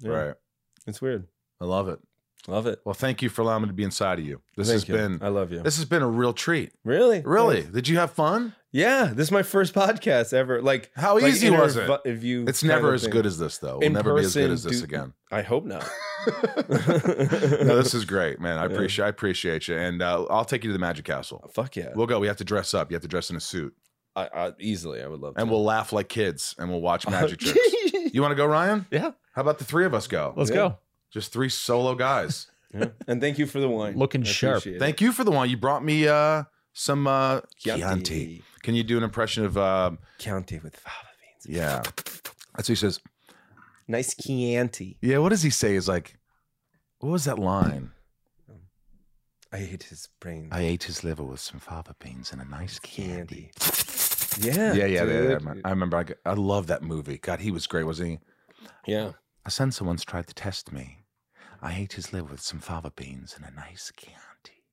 Yeah, Right. It's weird. I love it. Love it. Well, thank you for allowing me to be inside of you. This Thank has you. Uh, been I love you. this has been a real treat. really? Really? Thanks. Did you have fun? Yeah. This is my first podcast ever. Like How like easy inter- was it? If you It's kind never of as thing. good as this though. We'll In never be as good person, as this do- again. I hope not. no, this is great, man. I Yeah. appreciate I appreciate you, and uh, I'll take you to the Magic Castle. Fuck yeah. We'll go. We have to dress up. You have to dress in a suit, I, I easily I would love to. and we'll laugh like kids, and we'll watch magic tricks. You want to go, Ryan? Yeah. How about the three of us go? Let's Yeah. go. Just three solo guys. Yeah. And thank you for the wine. Looking sharp. Thank you for the one you brought me. Uh, some uh, Chianti. Chianti. Can you do an impression of? Um, Chianti with fava beans. yeah, that's what he says. Nice Chianti. Yeah, what does he say? Is like, what was that line? I hate his brain. ate his liver with some fava beans and a nice Chianti. Yeah, yeah, Yeah. yeah. yeah, dude. man. I remember. I, g- I love that movie. God, he was great, wasn't he? Yeah. A censor once tried to test me. I ate his liver with some fava beans and a nice Chianti.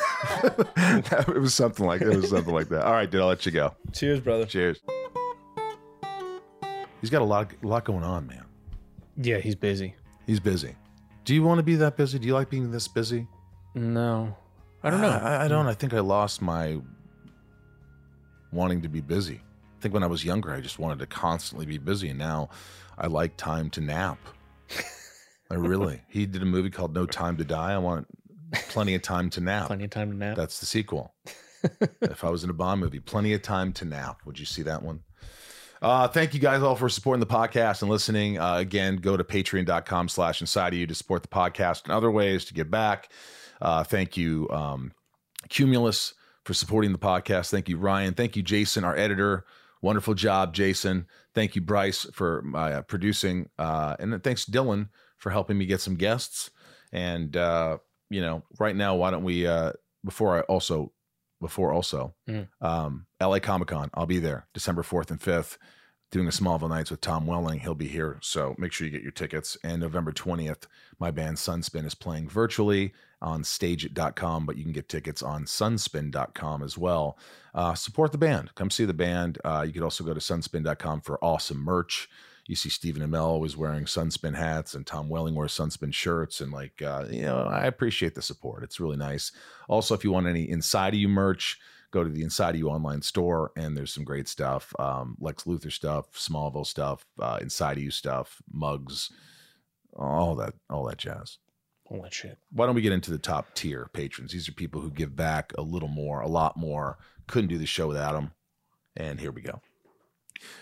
it was something like it was something like that. All right, dude, I'll let you go. Cheers, brother. Cheers. He's got a lot, a lot going on, man. Yeah, he's busy. He's busy. Do you want to be that busy? Do you like being this busy? No. I don't know. I, I don't. I think I lost my wanting to be busy. I think when I was younger, I just wanted to constantly be busy, and now I like time to nap. I really. He did a movie called No Time to Die. I want plenty of time to nap. Plenty of time to nap. That's the sequel. if I was in a Bond movie, plenty of time to nap. Would you see that one? Uh, thank you guys all for supporting the podcast and listening. Uh, again, go to patreon.com slash inside of you to support the podcast and other ways to give back. Uh, thank you, um, Cumulus, for supporting the podcast. Thank you, Ryan. Thank you, Jason, our editor. Wonderful job, Jason. Thank you, Bryce, for uh, producing. Uh, and then thanks, Dylan, for helping me get some guests. And, uh, you know, right now, why don't we, uh, before I also before also. Mhm. Um, LA Comic Con, I'll be there December 4th and 5th doing a Smallville Nights with Tom Welling. He'll be here. So make sure you get your tickets. And November 20th, my band Sunspin is playing virtually on stage.com, but you can get tickets on sunspin.com as well. Uh, support the band. Come see the band. Uh, you could also go to sunspin.com for awesome merch. You see Stephen Amell was wearing Sunspin hats and Tom Welling wears Sunspin shirts. And like, uh, you know, I appreciate the support. It's really nice. Also, if you want any Inside of You merch, go to the Inside of You online store and there's some great stuff. Um, Lex Luthor stuff, Smallville stuff, uh, Inside of You stuff, mugs, all that, all that jazz All that shit. why don't we get into the top tier patrons? These are people who give back a little more, a lot more. Couldn't do the show without them. And here we go.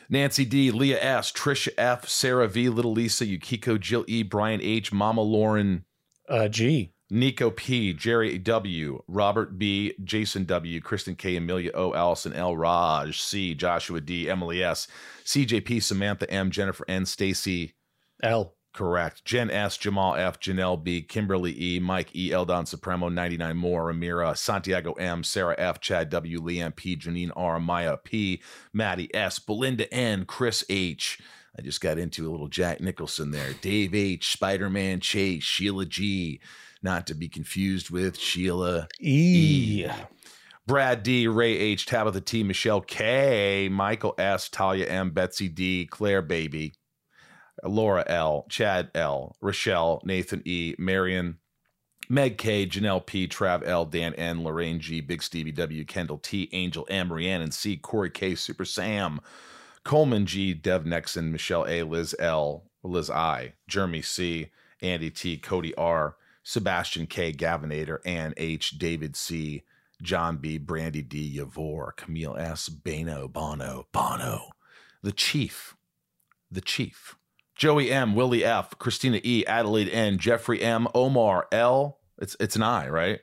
Nancy D, Leah S, Trisha F, Sarah V, Little Lisa, Yukiko, Jill E, Brian H, Mama Lauren, Uh, G. Nico P, Jerry W, Robert B, Jason W, Kristen K, Amelia O, Allison L, Raj C, Joshua D, Emily S, CJP, Samantha M, Jennifer N, Stacy L. Correct. Jen S, Jamal F, Janelle B, Kimberly E, Mike E, Eldon Supremo, 99 more, Amira, Santiago M, Sarah F, Chad W, Liam P, Janine R, Maya P, Maddie S, Belinda N, Chris H. I just got into a little Jack Nicholson there. Dave H, Spider Man Chase, Sheila G, not to be confused with Sheila E. Brad D, Ray H, Tabitha T, Michelle K, Michael S, Talia M, Betsy D, Claire Baby, Laura L, Chad L, Rochelle, Nathan E, Marion, Meg K, Janelle P, Trav L, Dan N, Lorraine G, Big Stevie W, Kendall T, Angel M, Rhiannon C, Corey K, Super Sam, Coleman G, Dev Nexon, Michelle A, Liz L, Liz I, Jeremy C, Andy T, Cody R, Sebastian K, Gavinator, Ann H, David C, John B, Brandy D, Yavor, Camille S, Bano, Bono, Bono, The Chief, The Chief, Joey M, Willie F, Christina E, Adelaide N, Jeffrey M, Omar L. It's it's an I, right?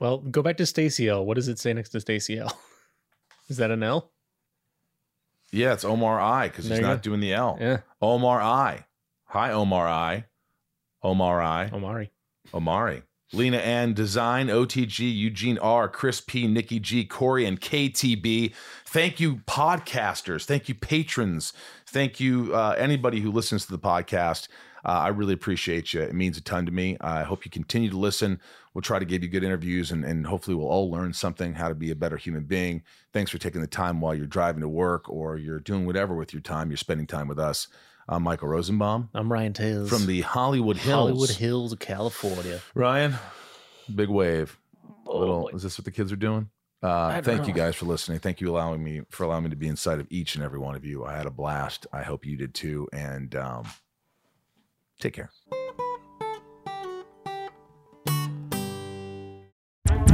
Well, go back to Stacy L. What does it say next to Stacy L? Is that an L? Yeah, it's Omar I because There he's you not go. doing the L. Yeah. Omar I. Hi, Omar I. Omar I. Omari. Omari. Lena Ann, Design, OTG, Eugene R, Chris P, Nikki G, Corey, and KTB. Thank you, podcasters. Thank you, patrons. Thank you, uh, anybody who listens to the podcast. Uh, I really appreciate you. It means a ton to me. I hope you continue to listen. We'll try to give you good interviews and, and hopefully we'll all learn something how to be a better human being. Thanks for taking the time while you're driving to work or you're doing whatever with your time. You're spending time with us. I'm Michael Rosenbaum I'm Ryan Tails. from the Hollywood Hills. Hills, California. Ryan, big wave. Little is this what the kids are doing? Uh, thank you guys for listening. Thank you allowing me for allowing me to be inside of each and every one of you. I had a blast. I hope you did too. And um, take care.